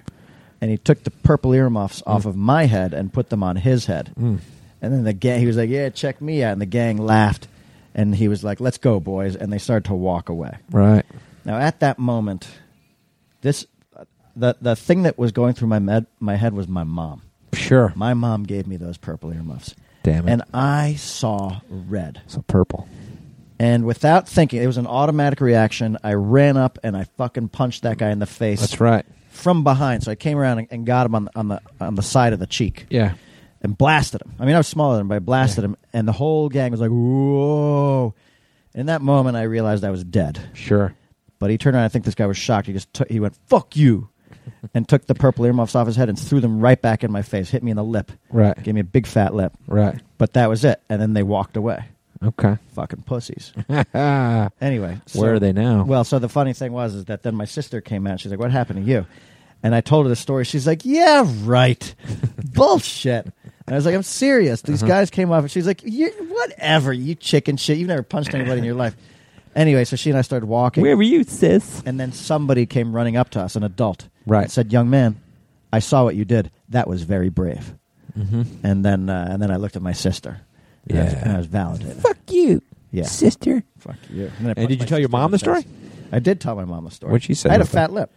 S4: And he took the purple earmuffs
S3: Mm.
S4: off of my head and put them on his head. And then the gang, he was like, "Yeah, check me out." And the gang laughed, and he was like, "Let's go, boys!" And they started to walk away.
S3: Right.
S4: Now, at that moment, this the the thing that was going through my med, my head was my mom.
S3: Sure.
S4: My mom gave me those purple earmuffs.
S3: Damn it.
S4: And I saw red.
S3: so purple.
S4: And without thinking, it was an automatic reaction. I ran up and I fucking punched that guy in the face
S3: That's right.
S4: from behind. So I came around and, and got him on the, on the on the side of the cheek.
S3: Yeah.
S4: And blasted him. I mean, I was smaller than him, but I blasted him, and the whole gang was like, "Whoa!" In that moment, I realized I was dead.
S3: Sure.
S4: But he turned around. I think this guy was shocked. He just took, he went, "Fuck you," and took the purple earmuffs off his head and threw them right back in my face. Hit me in the lip.
S3: Right.
S4: Gave me a big fat lip.
S3: Right.
S4: But that was it. And then they walked away.
S3: Okay.
S4: Fucking pussies.
S3: Where
S4: Anyway, so-
S3: are they now? Oh.
S4: Well, so the funny thing was is that then my sister came out. She's like, "What happened to you?" And I told her the story. She's like, "Yeah, right, bullshit." And I was like, "I'm serious. These
S3: Uh-huh.
S4: guys came off." And she's like, you, "Whatever, you chicken shit. You've never punched anybody in your life." Anyway, so she and I started walking,
S5: Where were you, sis?
S4: and then somebody came running up to us, an adult,
S3: Right.
S4: and said, "Young man, I saw what you did. That was very brave." And then, uh, and then I looked at my sister. And I was,
S3: Mm-hmm. Yeah.
S4: and I was validated.
S5: Fuck you,
S4: Yeah.
S5: sister.
S4: Fuck you. And, then I
S3: And
S4: punched
S3: did you
S4: my
S3: tell your
S4: sister in
S3: mom the
S4: chest.
S3: story?
S4: I did tell my mom the story.
S3: What'd she say
S4: I had a
S3: about that?
S4: fat lip.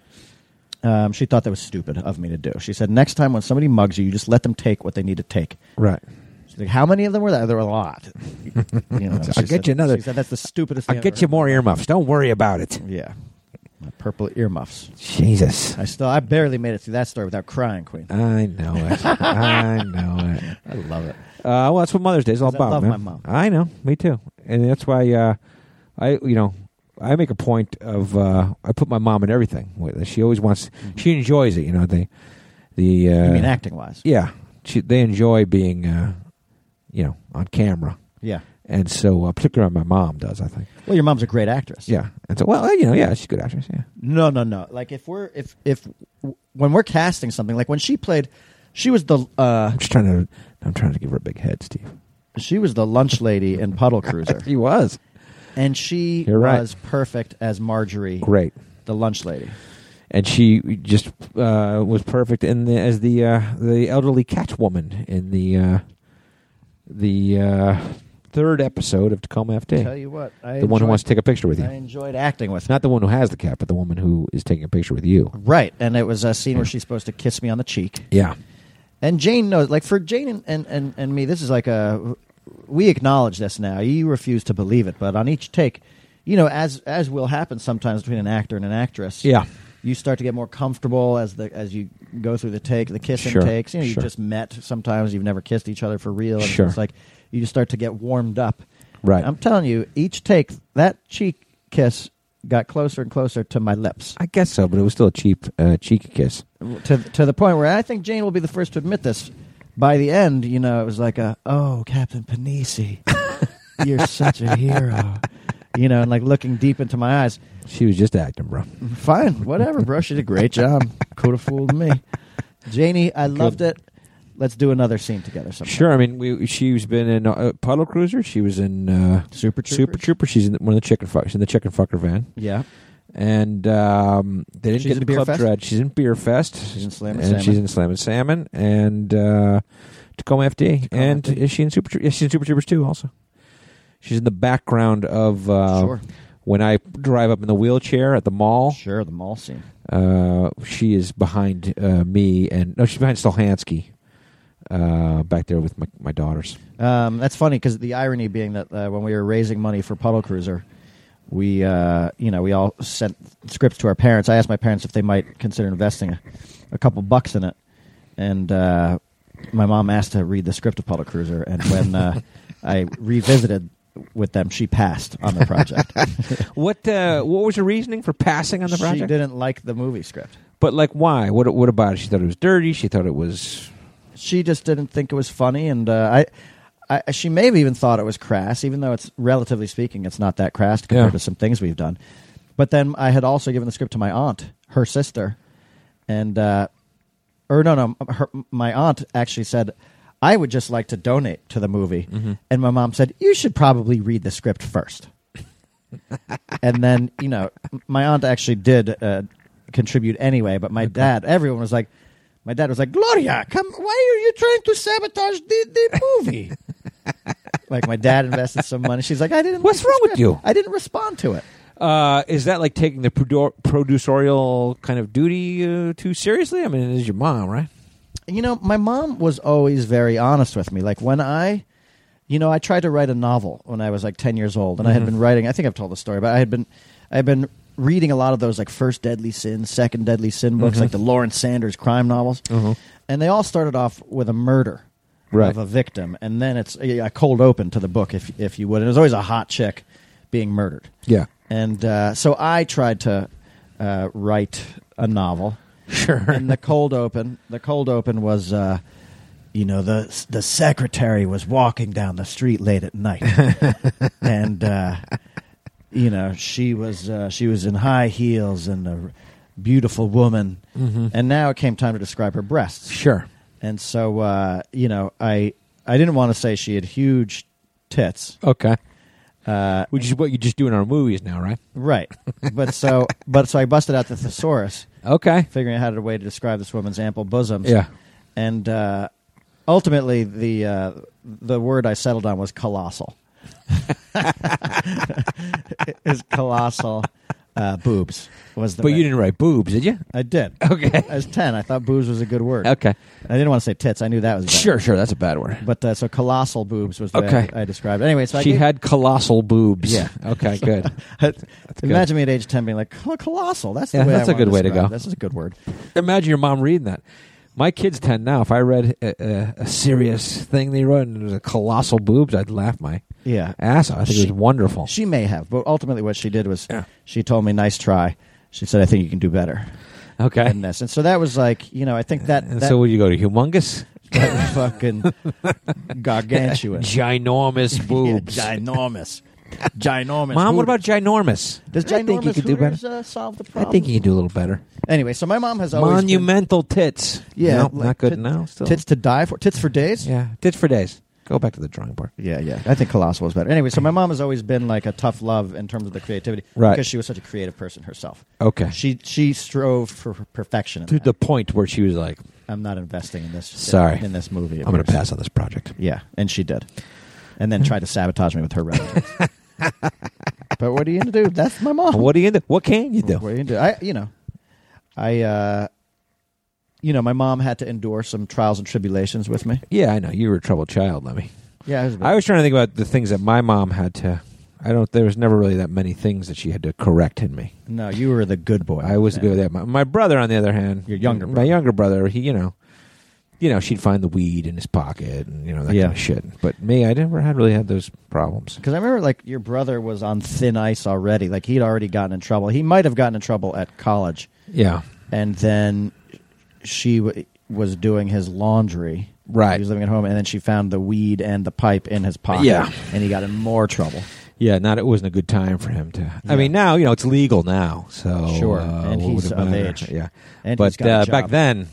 S4: Um, she thought that was stupid of me to do. She said, next time when somebody mugs you, you just let them take what they need to take.
S3: Right.
S4: She's like, how many of them were there? There were a lot. You know,
S3: I'll
S4: she
S3: get you another-
S4: She said, that's the stupidest thing
S3: I'll
S4: I've
S3: get
S4: ever
S3: you more earmuffs. Don't worry about it.
S4: heard." Yeah. My purple earmuffs.
S3: Jesus.
S4: I still, I barely made it through that story without crying, Queen.
S3: I know it. I know it.
S4: I love it.
S3: Uh, well, that's what Mother's Day is all
S4: 'Cause I
S3: about.
S4: love
S3: man.
S4: my mom.
S3: I know, me too, and that's why uh, I, you know, I make a point of uh, I put my mom in everything. With- She always wants, she enjoys it. You know, the the uh,
S4: I mean, acting wise.
S3: yeah, she, they enjoy being, uh, you know, on camera,
S4: Yeah.
S3: and so uh, particularly my mom does. I think,
S4: Well, your mom's a great actress.
S3: yeah, and so well, you know, yeah, she's a good actress. Yeah,
S4: No, no, no. Like if we're if if when we're casting something, like when she played, she was the uh
S3: I'm just trying to, I'm trying to give her a big head, Steve.
S4: she was the lunch lady in Puddle Cruiser,
S3: He was
S4: and she
S3: You're right.
S4: was perfect as Marjorie,
S3: great.
S4: the lunch lady.
S3: and she just uh, was perfect in the, as the uh, the elderly catwoman in the uh, the uh, third episode of Tacoma
S4: Tell
S3: FD.
S4: you what, I
S3: The one who wants to take a picture with
S4: I
S3: you,
S4: enjoyed acting with.
S3: not the one who has the cat, but the woman who is taking a picture with you.
S4: Right, and it was a scene where she's supposed to kiss me on the cheek,
S3: Yeah,
S4: and Jane knows. Like for Jane and and and, and me, this is like a we acknowledge this now. You refuse to believe it, but on each take, you know, as as will happen sometimes between an actor and an actress,
S3: yeah,
S4: you start to get more comfortable as the as you go through the take the kiss
S3: Sure,
S4: intakes. You know, you
S3: sure.
S4: just met sometimes you've never kissed each other for real. And
S3: Sure.
S4: it's like you just start to get warmed up.
S3: Right.
S4: I'm telling you, each take that cheek kiss got closer and closer to my lips.
S3: I guess so. But it was still a cheap uh, cheeky kiss.
S4: To to the point where I think Jane will be the first to admit this. By the end, you know, it was like a oh, Captain Panisi, you're such a hero. You know, and like looking deep into my eyes.
S3: She was just acting, bro.
S4: Fine, whatever, bro. She did a great job. Could have fooled me. Janie, I loved it. Let's do another scene together sometime.
S3: Sure, I mean, we, she's been in uh, Puddle Cruiser. She was in uh,
S4: Super
S3: Super
S4: Troopers?
S3: Trooper. She's in one of the chicken fuckers. She's in the chicken fucker van.
S4: Yeah.
S3: and um, they didn't
S4: She's
S3: get
S4: in
S3: the
S4: Beer
S3: club
S4: Fest?
S3: dread. She's in Beer Fest.
S4: She's in Slam and
S3: and
S4: Salmon.
S3: she's in Slam and Salmon and uh, Tacoma FD.
S4: Tacoma
S3: and
S4: FD.
S3: is she in Super? Tro- Yeah, she's in Super Troopers too. Also, she's in the background of uh,
S4: Sure.
S3: when I drive up in the wheelchair at the mall.
S4: Sure, the mall scene.
S3: Uh, she is behind uh, me, and no, she's behind Stolhansky. Uh, back there with my, my daughters.
S4: Um, that's funny because the irony being that uh, when we were raising money for Puddle Cruiser, we uh, you know we all sent scripts to our parents. I asked my parents if they might consider investing a, a couple bucks in it, and uh, my mom asked to read the script of Puddle Cruiser. And when uh, I revisited with them, she passed on the project.
S3: What uh, what was her reasoning for passing on the
S4: She
S3: project?
S4: didn't like the movie script.
S3: But like, why? What what about it? She thought it was dirty. She thought it was
S4: She just didn't think it was funny, and uh, I, I, she may have even thought it was crass, even though it's relatively speaking, it's not that crass compared
S3: Yeah.
S4: to some things we've done. But then I had also given the script to my aunt, her sister, and uh, or no, no, her, my aunt actually said. I would just like to donate to the movie. And my mom said, You should probably read the script first and then you know my aunt actually did uh, contribute anyway but my dad everyone was like my dad was like gloria come why are you trying to sabotage the, the movie like my dad invested some money she's like i didn't
S3: What's
S4: like the
S3: wrong with
S4: script.
S3: you?
S4: i didn't respond to it
S3: Uh, is that like taking the produ- producerial kind of duty uh, too seriously? I mean, it is your mom, right?
S4: you know my mom was always very honest with me like when i you know i tried to write a novel when i was like 10 years old and i
S3: Mm-hmm.
S4: had been writing i think i've told the story but i had been i had been reading a lot of those like first deadly sin second deadly sin books
S3: Mm-hmm.
S4: like the lawrence sanders crime novels and they all started off with a murder
S3: Right.
S4: of a victim and then it's a, a cold open to the book if if you would and it was always a hot chick being murdered
S3: Yeah.
S4: and uh, so i tried to uh, write a novel
S3: Sure.
S4: and the cold open the cold open was uh you know the the secretary was walking down the street late at night and uh you know she was uh she was in high heels and a beautiful woman. And now it came time to describe her breasts.
S3: Sure.
S4: And so, uh, you know, I I didn't want to say she had huge tits,
S3: Okay. Uh, Which is what you just do in our movies now, right?
S4: right? But so, but so I busted out the thesaurus,
S3: Okay.
S4: figuring out how to way to describe this woman's ample bosoms.
S3: Yeah.
S4: And uh, ultimately, the uh, the word I settled on was colossal. Is colossal uh, boobs was the
S3: But you
S4: way-
S3: didn't write boobs, did you?
S4: I did.
S3: Okay.
S4: I was ten. I thought boobs was a good word.
S3: Okay.
S4: I didn't want to say tits. I knew that was bad.
S3: Sure, sure. That's a bad word.
S4: But uh, so colossal boobs was the
S3: Okay.
S4: way I, I described. it. Anyway, so I
S3: she
S4: gave-
S3: had colossal boobs.
S4: Yeah.
S3: Okay, good. good.
S4: imagine me at age ten being like "Col- colossal. That's the
S3: Yeah,
S4: way. I
S3: that's a
S4: wanna
S3: good way to
S4: describe
S3: go.
S4: it. This is a good word.
S3: imagine your mom reading that. My kid's 10 now. If I read a, a, a serious thing they wrote and it was a colossal boobs, I'd laugh my
S4: Yeah.
S3: ass off. I think it was wonderful.
S4: She may have, but ultimately, what she did was
S3: Yeah.
S4: she told me, "Nice try." She said, "I think you can do better
S3: okay.
S4: than this." And so that was like, you know, I think that
S3: And
S4: that,
S3: so would you go to humongous?
S4: that was fucking gargantuan,
S3: Ginormous
S4: Yeah,
S3: boobs.
S4: ginormous, ginormous.
S3: Mom, what
S4: Hooters.
S3: about ginormous?
S4: Does
S3: I think you
S4: ginormous
S3: could do better.
S4: Hooters, uh, solve the
S3: I
S4: problem?
S3: think you can do a little better.
S4: Anyway, so my mom has always been-
S3: Monumental tits.
S4: Yeah,
S3: No,
S4: like
S3: not good
S4: tit-
S3: now. Still.
S4: tits to die for, tits for days.
S3: Yeah, tits for days. Go back to the drawing board.
S4: Yeah, yeah. I think Colossal was better. Anyway, so my mom has always been like a tough love in terms of the creativity,
S3: Right.
S4: Because she was such a creative person herself.
S3: Okay.
S4: She she strove for perfection. In
S3: To
S4: that.
S3: the point where she was like,
S4: I'm not investing in this.
S3: Sorry.
S4: in this movie. of
S3: I'm going to
S4: yours.
S3: pass on this project.
S4: Yeah, and she did, and then tried to sabotage me with her relatives. but what are you going to do? That's my mom.
S3: What do you do? What can you do?
S4: What are you going to do? I you know, I uh, you know, my mom had to endure some trials and tribulations with me.
S3: Yeah, I know. You were a troubled child, Lemmy.
S4: Yeah, it was a bit-
S3: I was trying to think about the things that my mom had to. I don't. There was never really that many things that she had to correct in me.
S4: no, you were the good boy.
S3: I was good with that. My, my brother, on the other hand,
S4: Your younger
S3: my
S4: brother.
S3: younger brother, he, you know, you know, she'd find the weed in his pocket and you know that
S4: Yeah.
S3: kind of shit. But me, I never had really had those problems.
S4: Because I remember, like, your brother was on thin ice already. Like, he'd already gotten in trouble. He might have gotten in trouble at college.
S3: Yeah,
S4: And then she w- was doing his laundry.
S3: Right.
S4: He was living at home. And then she found the weed and the pipe in his pocket.
S3: Yeah.
S4: And he got in more trouble.
S3: yeah. Not it wasn't a good time for him to. I mean, now you know it's legal now, so
S4: Sure.
S3: uh,
S4: And
S3: what would
S4: he's
S3: it
S4: of
S3: matter?
S4: age.
S3: Yeah,
S4: And
S3: but
S4: he's got a
S3: uh,
S4: job.
S3: back then,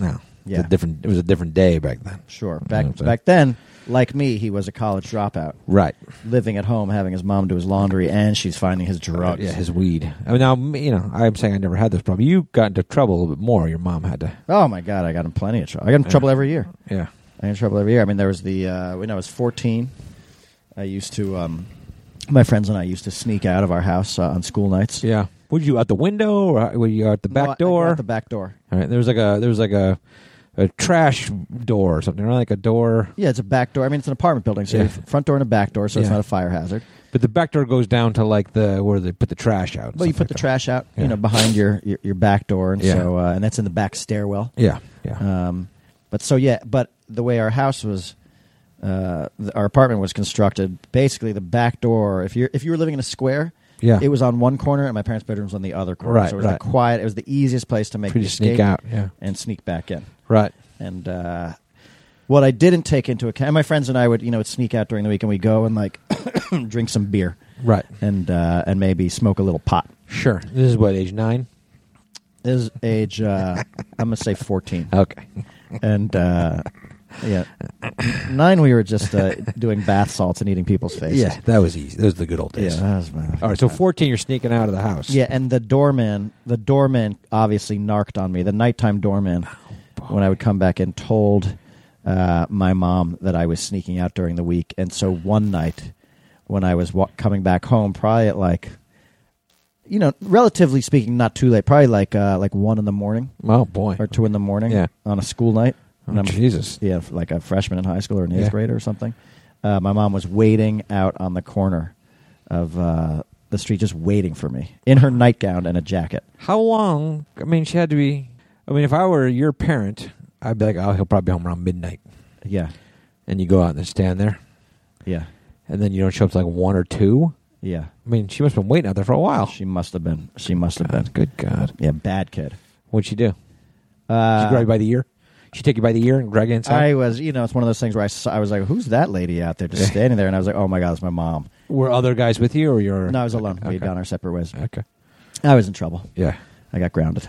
S3: no, yeah,
S4: Yeah.
S3: it's a different. It was a different day back then.
S4: Sure.
S3: You know what I'm
S4: Back,
S3: saying?
S4: back then, like me, he was a college dropout,
S3: right.
S4: living at home, having his mom do his laundry, and she's finding his drugs.
S3: Yeah, his weed. I mean, now m- you know. I'm saying I never had this problem. You got into trouble a little bit more. Your mom had to.
S4: oh, my God. I got in plenty of trouble. I got in trouble every year.
S3: Yeah.
S4: I got in trouble every year. I mean, there was the uh, when I was fourteen, I used to um, my friends and I used to sneak out of our house uh, on school nights.
S3: Yeah. Were you out the window or were you out the
S4: No, I- I
S3: back
S4: go
S3: door?
S4: out the back door.
S3: All right. There was like a there was like a a trash door or something, or like a door.
S4: Yeah, it's a back door. I mean, it's an apartment building, so
S3: Yeah.
S4: you have a front door and a back door, so it's
S3: Yeah.
S4: not a fire hazard.
S3: But the back door goes down to like the where they put the trash out.
S4: Well, you put the trash out,
S3: Yeah.
S4: you know, behind your your, your back door, and
S3: Yeah.
S4: so uh, and that's in the back stairwell.
S3: Yeah. Yeah.
S4: Um, but so yeah, but the way our house was, uh, th- our apartment was constructed, basically the back door. If you if you were living in a square,
S3: Yeah.
S4: it was on one corner, and my parents' bedroom was on the other corner.
S3: Right,
S4: so it was like
S3: right.
S4: quiet. It was the easiest place to make
S3: Pretty
S4: the
S3: sneak
S4: escape
S3: out, yeah.
S4: and sneak back in.
S3: right.
S4: And uh, what I didn't take into account, my friends and I would you know would sneak out during the week, and we would go and like drink some beer,
S3: Right.
S4: and uh, and maybe smoke a little pot.
S3: Sure. This is what age nine.
S4: This is age, uh, I'm gonna say fourteen.
S3: Okay.
S4: and uh, yeah, nine we were just uh, doing bath salts and eating people's faces.
S3: Yeah, that was easy. Those are the good old
S4: yeah,
S3: days.
S4: that was my.
S3: All right. So fourteen, you're sneaking out of the house.
S4: Yeah, and the doorman, the doorman obviously narked on me. The nighttime doorman,
S3: Oh,
S4: when I would come back and told uh, my mom that I was sneaking out during the week, and so one night when I was wa- coming back home, probably at like, you know, relatively speaking, not too late, probably like uh, like one in the morning
S3: Oh boy.
S4: or two in the morning
S3: Yeah.
S4: on a school night.
S3: Oh, Jesus.
S4: yeah, f- like a freshman in high school or an eighth
S3: Yeah.
S4: grader or something. Uh, my mom was waiting out on the corner of uh, the street, just waiting for me in her nightgown and a jacket.
S3: How long? I mean, she had to be. I mean, if I were your parent, I'd be like, oh, he'll probably be home around midnight.
S4: Yeah,
S3: And you go out and stand there,
S4: yeah,
S3: and then you don't show up till like one or two.
S4: yeah.
S3: I mean, she must have been waiting out there for a while.
S4: She must have been. She must have been.
S3: Good God.
S4: Yeah, bad kid.
S3: What'd she do? She
S4: Uh,
S3: grab you by the ear? She take you by the ear and drag you inside?
S4: I was, you know, it's one of those things where I, saw, I was like, "Who's that lady out there just
S3: Yeah.
S4: standing there?" And I was like, "Oh my god, it's my mom."
S3: were other guys with you or you're.
S4: No, I was alone. We
S3: Okay.
S4: had gone our separate ways.
S3: Okay.
S4: I was in trouble.
S3: Yeah.
S4: I got grounded.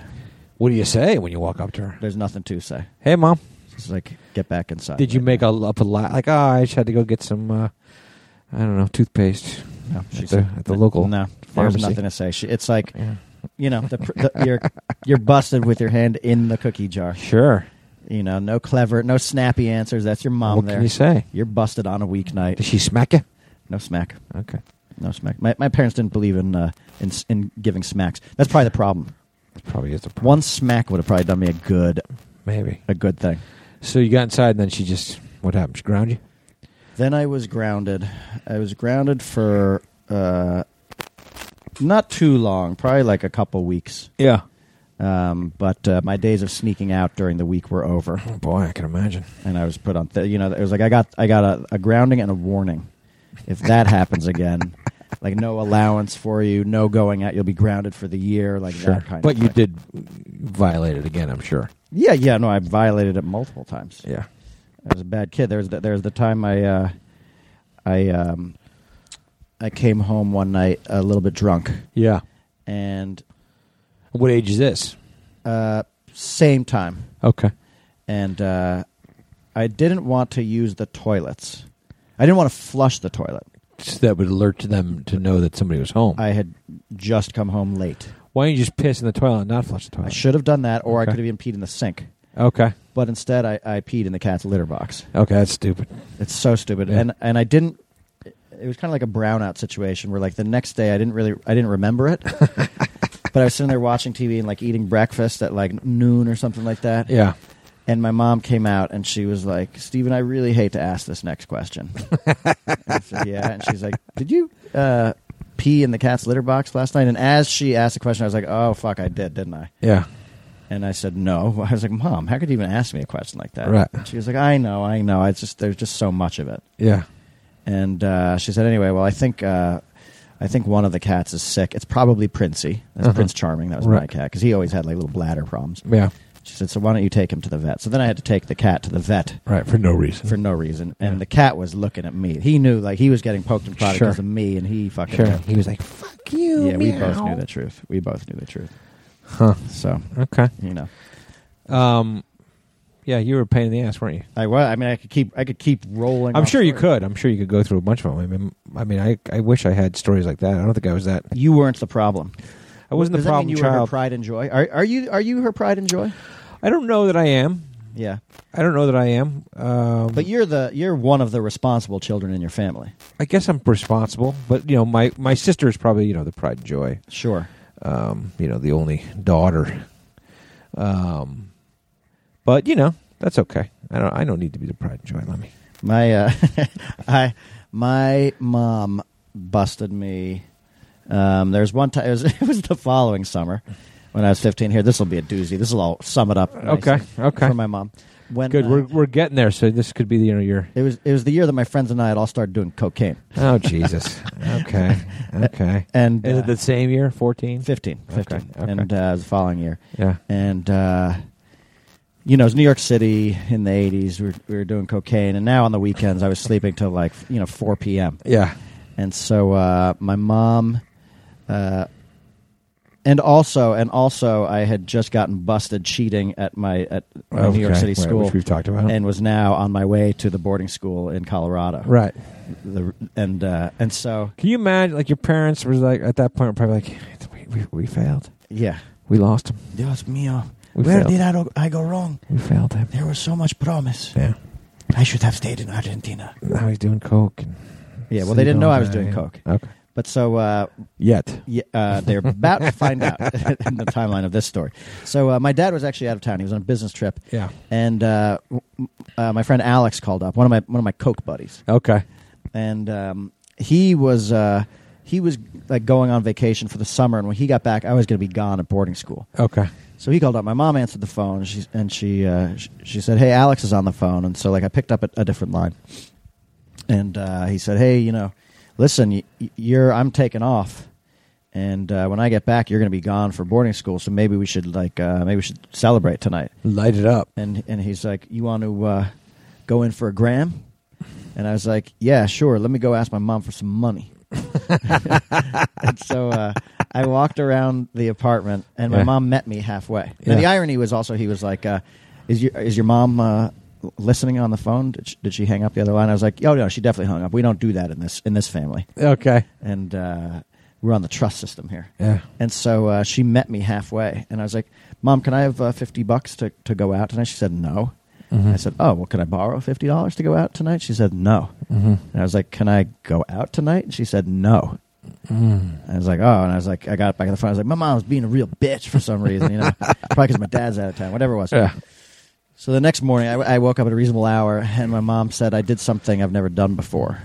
S3: What do you say when you walk up to her?
S4: There's nothing to say.
S3: Hey, mom.
S4: It's like get back inside.
S3: Did you
S4: Like,
S3: make a, up a lot? Like, oh, I just had to go get some, uh, I don't know, toothpaste.
S4: no,
S3: at
S4: she's
S3: the- at the local
S4: No,
S3: pharmacy.
S4: there's nothing to say. She, it's like
S3: Yeah.
S4: you know, the, pr- the, you're you're busted with your hand in the cookie jar.
S3: Sure.
S4: You know, no clever, no snappy answers. That's your mom
S3: what
S4: there.
S3: can you say?
S4: You're busted on a
S3: Did
S4: weeknight.
S3: she smack you?
S4: No smack.
S3: Okay.
S4: No smack. My, my parents didn't believe in, uh, in s- in giving smacks. That's probably the problem.
S3: That probably is the problem.
S4: One smack would have probably done me a good
S3: Maybe.
S4: a good thing.
S3: So you got inside, and then she just, what happened? She ground you?
S4: Then I was grounded. I was grounded for uh, not too long, probably like a couple weeks.
S3: Yeah.
S4: Um, but uh, my days of sneaking out during the week were over,
S3: Oh, boy, I can imagine.
S4: and I was put on. Th- you know, it was like I got I got a, a grounding and a warning. If that happens again, like no allowance for you, no going out. You'll be grounded for the year, like that kind.
S3: But
S4: of
S3: you
S4: thing.
S3: did violate it again, I'm sure.
S4: yeah, yeah. No, I violated it multiple times.
S3: Yeah.
S4: I was a bad kid. There was the, there was the time I uh, I um, I came home one night a little bit drunk,
S3: Yeah.
S4: and
S3: What age is this?
S4: uh, same time,
S3: Okay.
S4: and uh, I didn't want to use the toilets. I didn't want to flush the toilet.
S3: So that would alert them to know that somebody was home.
S4: I had just come home late.
S3: Why don't you just piss in the toilet and not flush the toilet?
S4: I should have done that, or
S3: Okay.
S4: I could have even peed in the sink.
S3: Okay.
S4: But instead, I, I peed in the cat's litter box.
S3: Okay, that's stupid.
S4: It's so stupid.
S3: Yeah.
S4: And and I didn't. It was kind of like a brownout situation where like the next day I didn't really I didn't remember it, but I was sitting there watching TV and like eating breakfast at like noon or something like that.
S3: Yeah.
S4: And my mom came out and she was like, "Steven, I really hate to ask this next question." I said, "Yeah," and she's like, "Did you uh, pee in the cat's litter box last night?" And as she asked the question, I was like, "Oh fuck, I did, didn't I?"
S3: Yeah.
S4: And I said, no. I was like, Mom, how could you even ask me a question like that?
S3: Right.
S4: She was like, I know, I know. It's just there's just so much of it.
S3: Yeah.
S4: And uh, she said, anyway, well, I think uh, I think one of the cats is sick. It's probably Princey. That's
S3: Uh-huh.
S4: Prince Charming. That was my
S3: Right.
S4: cat because he always had like little bladder problems.
S3: Yeah.
S4: She said, so why don't you take him to the vet? So then I had to take the cat to the vet
S3: Right, for no reason.
S4: for no reason, and the cat was looking at me. He knew like he was getting poked and prodded
S3: Sure.
S4: because of me, and he fucking
S3: sure.
S4: knew.
S3: He was like, fuck you.
S4: yeah. We
S3: meow."
S4: both knew the truth. We both knew the truth.
S3: Huh.
S4: So
S3: Okay.
S4: you know.
S3: Um, yeah, you were a pain in the ass, weren't you?
S4: I was. I mean, I could keep. I could keep rolling.
S3: I'm
S4: off
S3: sure you
S4: stories.
S3: could. I'm sure you could go through a bunch of them. I mean, I mean, I, I wish I had stories like that. I don't think I was that.
S4: You weren't the problem.
S3: I wasn't
S4: Does
S3: the
S4: that
S3: problem
S4: mean you were her
S3: child.
S4: pride and joy? Are, are you? Are you her pride and joy?
S3: I don't know that I am.
S4: Yeah,
S3: I don't know that I am. Um,
S4: but you're the you're one of the responsible children in your family.
S3: I guess I'm responsible. But you know, my my sister is probably you know the pride and joy.
S4: Sure.
S3: Um, you know, the only daughter. Um, but you know, that's okay. I don't. I don't need to be the pride and joy. Let me.
S4: My uh, I my mom busted me. Um, there's one time it was, it was the following summer when I was 15. Here, this will be a doozy. This will all sum it up. nicely
S3: Okay, okay.
S4: For my mom. When
S3: Good.
S4: uh,
S3: We're we're getting there. So this could be the you know your.
S4: it was it was the year that my friends and I had all started doing cocaine.
S3: Oh Jesus. okay. Okay.
S4: And
S3: Is
S4: uh,
S3: it the same year? Fourteen.
S4: 15, 15.
S3: okay.
S4: and uh, it was the following year.
S3: Yeah.
S4: and uh, you know, it was New York City in the '80s. We were, we were doing cocaine, and now on the weekends, I was sleeping till like you know 4 p.m.
S3: Yeah.
S4: And so uh, my mom, uh, and also, and also, I had just gotten busted cheating at my at my New York
S3: Okay.
S4: City
S3: Right,
S4: school,
S3: which we've talked about.
S4: and was now on my way to the boarding school in Colorado.
S3: Right.
S4: The, and uh, and so
S3: Can you imagine? Like your parents were like at that point were probably like, we, we, we failed.
S4: yeah.
S3: We lost him.
S4: Dios mío,
S3: We Where failed. did
S4: I, I go wrong?
S3: We failed him.
S4: There was so much promise.
S3: Yeah.
S4: I should have stayed in Argentina.
S3: Now he's doing coke. And
S4: Yeah, well, they didn't know I was doing coke.
S3: Okay.
S4: But so uh,
S3: Yet.
S4: yeah, uh, they're about to find out in the timeline of this story. So uh, my dad was actually out of town. He was on a business trip.
S3: Yeah.
S4: And uh, w- uh, my friend Alex called up, one of my one of my coke buddies,
S3: Okay.
S4: and um, he was uh, he was like going on vacation for the summer. And when he got back, I was going to be gone at boarding school.
S3: Okay.
S4: So he called up. My mom answered the phone. She and she uh, she, she said, "Hey, Alex is on the phone." And so like I picked up a, a different line, and uh, he said, "Hey, you know, listen, y- y- you're I'm taking off, and uh, when I get back, you're going to be gone for boarding school. So maybe we should like uh, maybe we should celebrate tonight."
S3: Light it up.
S4: And and he's like, "You want to uh, go in for a gram?" And I was like, "Yeah, sure. Let me go ask my mom for some money." and so uh, I walked around the apartment, and my
S3: Yeah.
S4: mom met me halfway. Now,
S3: Yeah.
S4: the irony was also he was like, uh, "Is your is your mom uh, listening on the phone? Did she, did she hang up the other line?" I was like, "Oh no, she definitely hung up. We don't do that in this in this family."
S3: Okay.
S4: and uh, we're on the trust system here.
S3: Yeah.
S4: And so uh, she met me halfway, and I was like, "Mom, can I have uh, fifty bucks to, to go out tonight?" She said, "No." I said, "Oh, well, can I borrow fifty dollars to go out tonight?" She said, "No."
S3: Mm-hmm.
S4: And I was like, "Can I go out tonight?" And she said, "No."
S3: Mm-hmm.
S4: And I was like, "Oh," and I was like, I got back on the phone. I was like, "My mom's being a real bitch for some reason, you know, probably because my dad's out of town, whatever it was."
S3: Yeah.
S4: So the next morning, I, I woke up at a reasonable hour, and my mom said I did something I've never done before.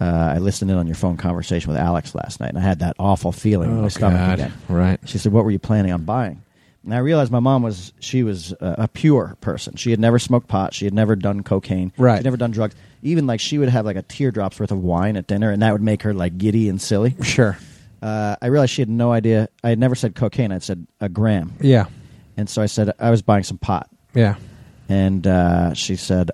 S4: Uh, I listened in on your phone conversation with Alex last night, and I had that awful feeling in my stomach again.
S3: Oh, Right.
S4: She said, "What were you planning on buying?" And I realized my mom was she was uh, a pure person. She had never smoked pot. She had never done cocaine.
S3: Right.
S4: She'd never done drugs. Even like she would have like a teardrops worth of wine at dinner, and that would make her like giddy and silly.
S3: Sure.
S4: Uh, I realized she had no idea. I had never said cocaine. I'd said a gram.
S3: Yeah.
S4: And so I said I was buying some pot
S3: Yeah.
S4: and uh, she said,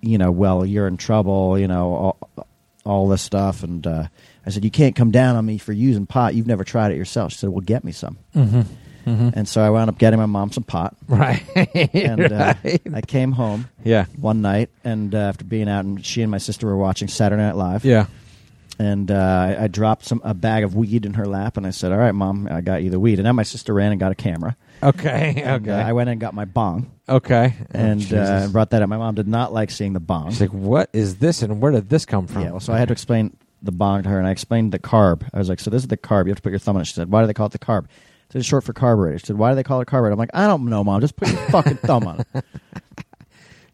S4: you know, well, you're in trouble, you know, all, all this stuff. And uh, I said, you can't come down on me for using pot. You've never tried it yourself. She said, well, get me some. Mm-hmm. And so I wound up getting my mom some pot.
S3: Right.
S4: And uh, I came home
S3: yeah.
S4: one night, and uh, after being out, and she and my sister were watching Saturday Night Live.
S3: Yeah.
S4: And uh, I- I dropped some a bag of weed in her lap, and I said, all right, mom, I got you the weed. And then my sister ran and got a camera.
S3: Okay.
S4: And,
S3: Okay.
S4: uh, I went and got my bong.
S3: okay.
S4: And
S3: oh,
S4: uh,
S3: Jesus.
S4: brought that up. My mom did not like seeing the bong.
S3: she's like, "What is this? And where did this come from?"
S4: Yeah, well, so I had to explain the bong to her, and I explained the carb. I was like, so this is the carb. You have to put your thumb on it. She said, why do they call it the carb? I said, it's short for carburetor. She said, why do they call it carburetor? I'm like, I don't know, Mom. Just put your fucking thumb on it.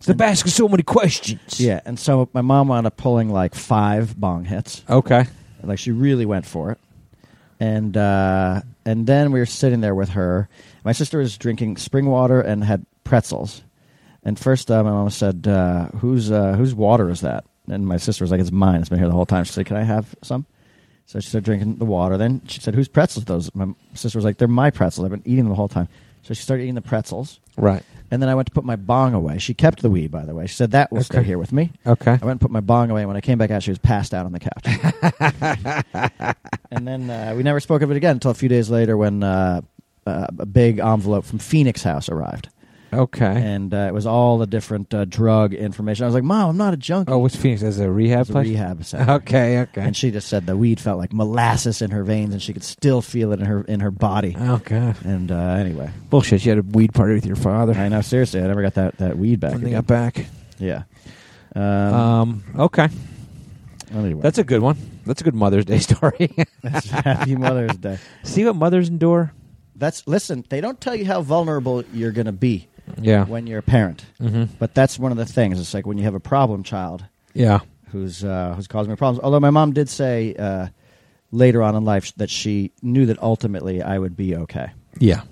S3: the basket so many questions.
S4: Yeah, and so my mom wound up pulling like five bong hits.
S3: Okay.
S4: Like, she really went for it. And, uh, and then we were sitting there with her. My sister was drinking spring water and had pretzels. And first, uh, my mom said, uh, whose, uh, whose water is that? And my sister was like, it's mine. It's been here the whole time. She said, can I have some? So she started drinking the water. Then she said, whose pretzels are those? My sister was like, they're my pretzels. I've been eating them the whole time. So she started eating the pretzels.
S3: Right.
S4: And then I went to put my bong away. She kept the weed, by the way. She said that will stay
S3: Okay.
S4: here with me.
S3: Okay.
S4: I went and put my bong away. and When I came back out, she was passed out on the couch. and then uh, we never spoke of it again until a few days later when uh, uh, a big envelope from Phoenix House arrived.
S3: Okay.
S4: And uh, it was all the different uh, drug information. I was like, Mom, I'm not a junkie.
S3: oh, what's Phoenix? As a rehab
S4: It's a
S3: place?
S4: rehab center.
S3: Okay. Okay.
S4: And she just said the weed felt like molasses in her veins, and she could still feel it in her in her body.
S3: oh God.
S4: And uh, anyway,
S3: Bullshit. You had a weed party with your father.
S4: I know seriously, I never got that, that weed back.
S3: when they
S4: again.
S3: got back.
S4: Yeah. Um,
S3: Um. Okay.
S4: anyway.
S3: That's a good one. That's a good Mother's Day story.
S4: That's Happy Mother's Day.
S3: See what mothers endure.
S4: That's listen. They don't tell you how vulnerable you're going to be
S3: Yeah.
S4: when you're a parent,
S3: Mhm.
S4: but that's one of the things. It's like when you have a problem child
S3: Yeah.
S4: who's uh, who's causing me problems. Although my mom did say uh, later on in life that she knew that ultimately I would be okay.
S3: Yeah.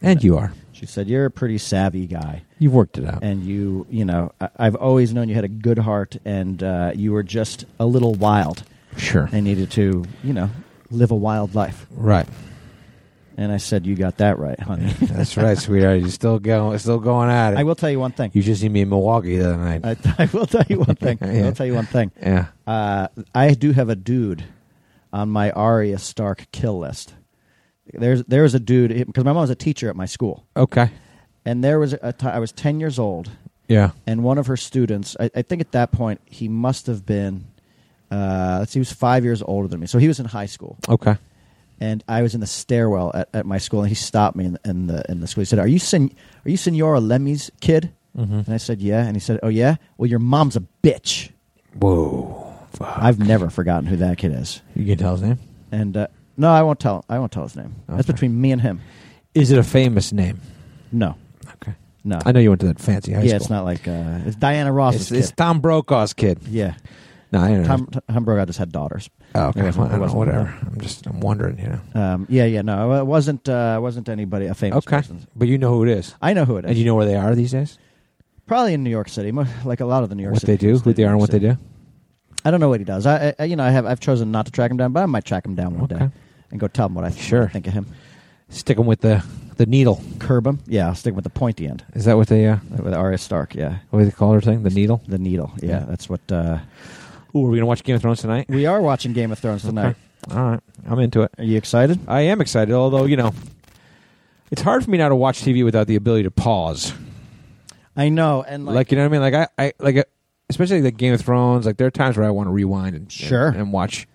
S3: And you are.
S4: She said, "You're a pretty savvy guy,
S3: You've worked it out.
S4: and you, you know, I- I've always known you had a good heart, and uh, you were just a little wild.
S3: sure.
S4: I needed to, you know, live a wild life."
S3: right.
S4: And I said, "You got that right, honey."
S3: That's right, sweetheart. You're still going. Still going at it.
S4: I will tell you one thing.
S3: You just see me in Milwaukee the other night.
S4: I, I will tell you one thing.
S3: Yeah.
S4: I'll tell you one thing.
S3: yeah.
S4: Uh, I do have a dude on my Arya Stark kill list. There's there was a dude because my mom was a teacher at my school,
S3: Okay.
S4: and there was a ti- I was ten years old,
S3: Yeah.
S4: and one of her students. I, I think at that point he must have been. Uh, let's see, he was five years older than me, so he was in high school,
S3: Okay.
S4: and I was in the stairwell at, at my school, and he stopped me in, in the in the school. He said, "Are you sen- are you Senora Lemmy's kid?"
S3: Mm-hmm.
S4: And I said, "Yeah," and he said, "Oh yeah, well your mom's a bitch."
S3: Whoa. Fuck.
S4: I've never forgotten who that kid is.
S3: You can tell his name.
S4: And uh, no, I won't tell. I won't tell his name. That's
S3: Okay.
S4: between me and him.
S3: Is it a famous name?
S4: No,
S3: Okay.
S4: no.
S3: I know you went to that fancy high
S4: yeah,
S3: school.
S4: it's not like uh, it's Diana Ross's
S3: It's, it's
S4: kid.
S3: Tom Brokaw's kid.
S4: yeah,
S3: No, I don't know.
S4: Tom, Tom Brokaw just had daughters.
S3: oh, okay.
S4: It wasn't-
S3: Well, I
S4: it
S3: don't know,
S4: wasn't-
S3: whatever. I'm just I'm wondering. You know.
S4: Um, yeah, yeah. No, it wasn't. Uh, it wasn't anybody a famous
S3: Okay.
S4: person.
S3: But you know who it is,
S4: I know who it is.
S3: and you know where they are these days.
S4: Probably in New York City, mo- like a lot of the New York
S3: What
S4: City.
S3: they do,
S4: kids
S3: who
S4: live
S3: they
S4: in
S3: are, and
S4: New York
S3: what they
S4: City.
S3: do.
S4: I don't know what he does. I, I, I- you know, I have. I've chosen not to track him down, but I might track him down one day
S3: Okay.
S4: and go tell him what I, th-
S3: Sure.
S4: what I think of him.
S3: Stick them with the the needle.
S4: Curb him. Yeah, I'll stick with the pointy end
S3: Is that what they uh,
S4: with Arya Stark. Yeah,
S3: what do they call her thing? The needle.
S4: the needle. Yeah,
S3: Yeah.
S4: that's what. Uh,
S3: Ooh, are we gonna watch Game of Thrones tonight?
S4: We are watching Game of Thrones tonight.
S3: All right, I'm into it.
S4: Are you excited?
S3: I am excited, although you know, it's hard for me now to watch TV without the ability to pause.
S4: I know, and
S3: Like,
S4: like,
S3: you know what I mean? Like I, I like uh, especially like Game of Thrones. Like there are times where I want to rewind and
S4: Sure.
S3: and, and watch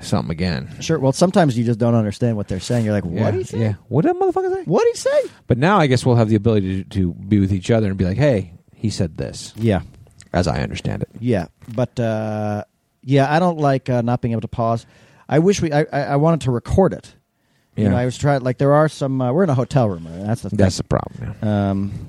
S3: something again.
S4: sure. Well, sometimes you just don't understand what they're saying. You're like, what
S3: yeah,
S4: did he say?
S3: Yeah, what did that motherfucker say?
S4: What did he say?
S3: But now I guess we'll have the ability to, to be with each other and be like, hey, he said this,
S4: Yeah,
S3: as I understand it.
S4: yeah, but uh, yeah, I don't like uh, not being able to pause. I wish we. I, I, I wanted to record it.
S3: Yeah,
S4: You know, I was trying. Like, there are some. Uh, we're in a hotel room. Right? That's the thing.
S3: that's the problem. Yeah.
S4: Um,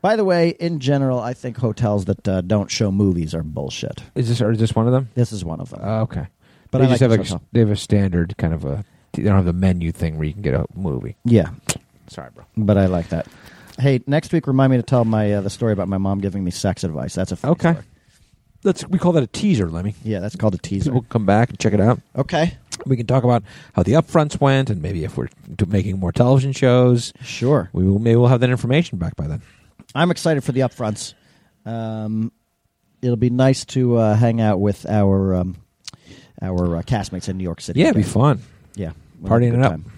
S4: by the way, in general, I think hotels that uh, don't show movies are bullshit.
S3: Is this or is this one of them?
S4: This is one of them.
S3: Oh, okay,
S4: But
S3: they
S4: I
S3: just
S4: like
S3: have
S4: this
S3: a,
S4: hotel.
S3: they have a standard kind of a they don't have the menu thing where you can get a movie.
S4: yeah,
S3: Sorry, bro.
S4: but I like that. Hey, next week, remind me to tell my uh, the story about my mom giving me sex advice. That's a funny
S3: Okay,
S4: story.
S3: let's we call that a teaser, Lemmy.
S4: Yeah, that's called a teaser.
S3: People come back and check it out.
S4: Okay,
S3: We can talk about how the upfronts went, and maybe if we're do- making more television shows,
S4: sure.
S3: we will, maybe we'll have that information back by then.
S4: I'm excited for the upfronts. Um, it'll be nice to uh, hang out with our um, our uh, castmates in New York City.
S3: Yeah, it'd be
S4: again.
S3: fun.
S4: Yeah, we'll have a
S3: Partying
S4: good
S3: it up.
S4: time.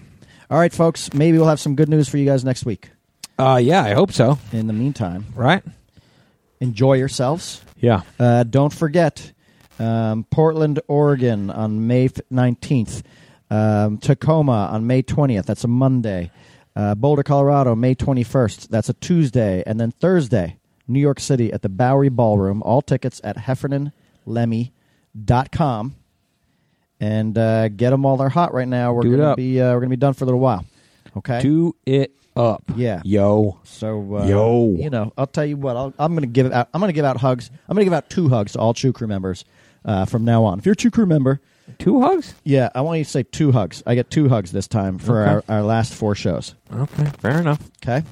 S4: All right, folks. Maybe we'll have some good news for you guys next week.
S3: Uh, yeah, I hope so.
S4: In the meantime,
S3: Right?
S4: enjoy yourselves.
S3: Yeah.
S4: Uh, don't forget um, Portland, Oregon on May f- 19th, um, Tacoma on May 20th. That's a Monday. Uh, Boulder, Colorado, May 21st. That's a Tuesday. And then Thursday, New York City at the Bowery Ballroom. All tickets at heffernanlemmy.com. And uh, get them while they're hot right now. We're
S3: Do it
S4: gonna
S3: up.
S4: be uh, we're gonna be done for a little while. Okay.
S3: Do it up.
S4: Yeah.
S3: Yo.
S4: So uh,
S3: Yo.
S4: you know, I'll tell you what. I'll, I'm going to give out. I'm going to give out hugs. I'm going to give out two hugs to all Chew Crew members uh, from now on. If you're a Chew Crew member,
S3: Two hugs?
S4: yeah, I want you to say two hugs. I get two hugs this time for
S3: Okay.
S4: our, our last four shows.
S3: Okay. Fair enough.
S4: Okay,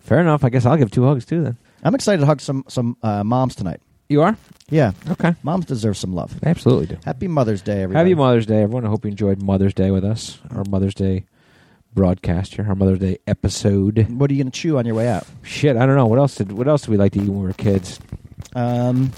S3: Fair enough. I guess I'll give two hugs too then.
S4: I'm excited to hug some some uh, moms tonight.
S3: You are?
S4: Yeah,
S3: Okay.
S4: moms deserve some love.
S3: I absolutely do.
S4: Happy Mother's Day, everybody.
S3: Happy Mother's Day, everyone. I hope you enjoyed Mother's Day with us, our Mother's Day broadcast here, our Mother's Day episode.
S4: What are you going to chew on your way out?
S3: Shit, I don't know. What else did what else did we like to eat when we were kids?
S4: Um,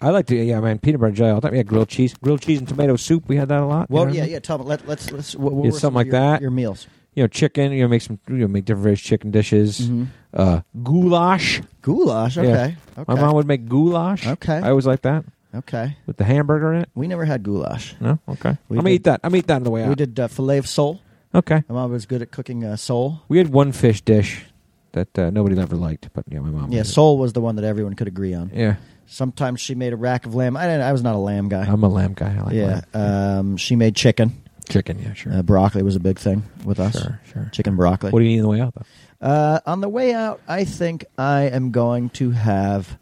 S3: I like to yeah, man, peanut butter and jelly all the time. Yeah, grilled cheese. Grilled cheese and tomato soup, we had that a lot. you know
S4: well,
S3: what I
S4: yeah,
S3: mean?
S4: yeah. Tell me. Let, let's let's. What, what
S3: Yeah,
S4: were
S3: something
S4: some of
S3: like
S4: your-
S3: that.
S4: Your meals.
S3: You know, chicken, you know, make some you know, make different various chicken dishes. Uh goulash.
S4: Goulash.
S3: Yeah.
S4: Mm-hmm. Okay. Okay.
S3: My mom would make goulash.
S4: Okay.
S3: I always like that.
S4: okay.
S3: With the hamburger in it.
S4: We never had goulash.
S3: No? Okay. I'm
S4: We
S3: gonna
S4: did-
S3: eat that. I'm gonna eat that on the way out.
S4: We did uh, filet of sole.
S3: Okay.
S4: My mom was good at cooking uh, sole.
S3: We had one fish dish that uh, nobody ever liked, but yeah, my mom.
S4: Yeah,
S3: did it.
S4: sole was the one that everyone could agree on.
S3: Yeah,
S4: Sometimes she made a rack of lamb. I didn't, I was not a lamb guy.
S3: I'm a lamb guy. I like
S4: yeah,
S3: lamb.
S4: um, she made chicken.
S3: chicken. Yeah, sure.
S4: Uh, broccoli was a big thing with us.
S3: Sure, sure.
S4: Chicken broccoli.
S3: what do you need on the way out though?
S4: uh, on the way out, I think I am going to have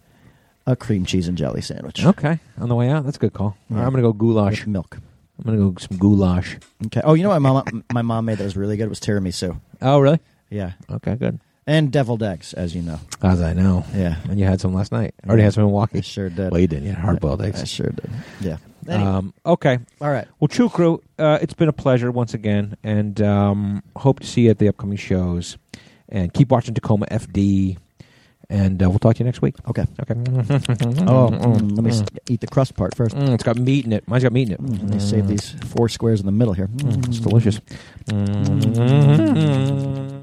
S4: a cream cheese and jelly sandwich
S3: Okay, on the way out, that's a good call.
S4: Yeah.
S3: I'm gonna go goulash.
S4: with milk.
S3: I'm gonna go some goulash.
S4: Okay. Oh, you know what my mom my mom made that was really good was tiramisu.
S3: Oh, really?
S4: Yeah,
S3: Okay, good.
S4: and deviled eggs, as you know.
S3: As I know.
S4: Yeah.
S3: And you had some last night. I already had some in
S4: I
S3: Milwaukee.
S4: sure did.
S3: Well, you didn't. You had hard boiled
S4: I
S3: eggs.
S4: sure did. Yeah. Anyway,
S3: Um, okay.
S4: all right.
S3: Well, True Crew, uh, it's been a pleasure once again, and um, hope to see you at the upcoming shows. And keep watching Tacoma FD, and uh, we'll talk to you next week.
S4: Okay.
S3: Okay. Mm-hmm.
S4: Oh, mm, let me s- eat the crust part first.
S3: Mm, it's got meat in it. Mine's got meat in it.
S4: Mm, Let me Mm-hmm. save these four squares in the middle here. Mm-hmm.
S3: Mm, it's delicious. Mm.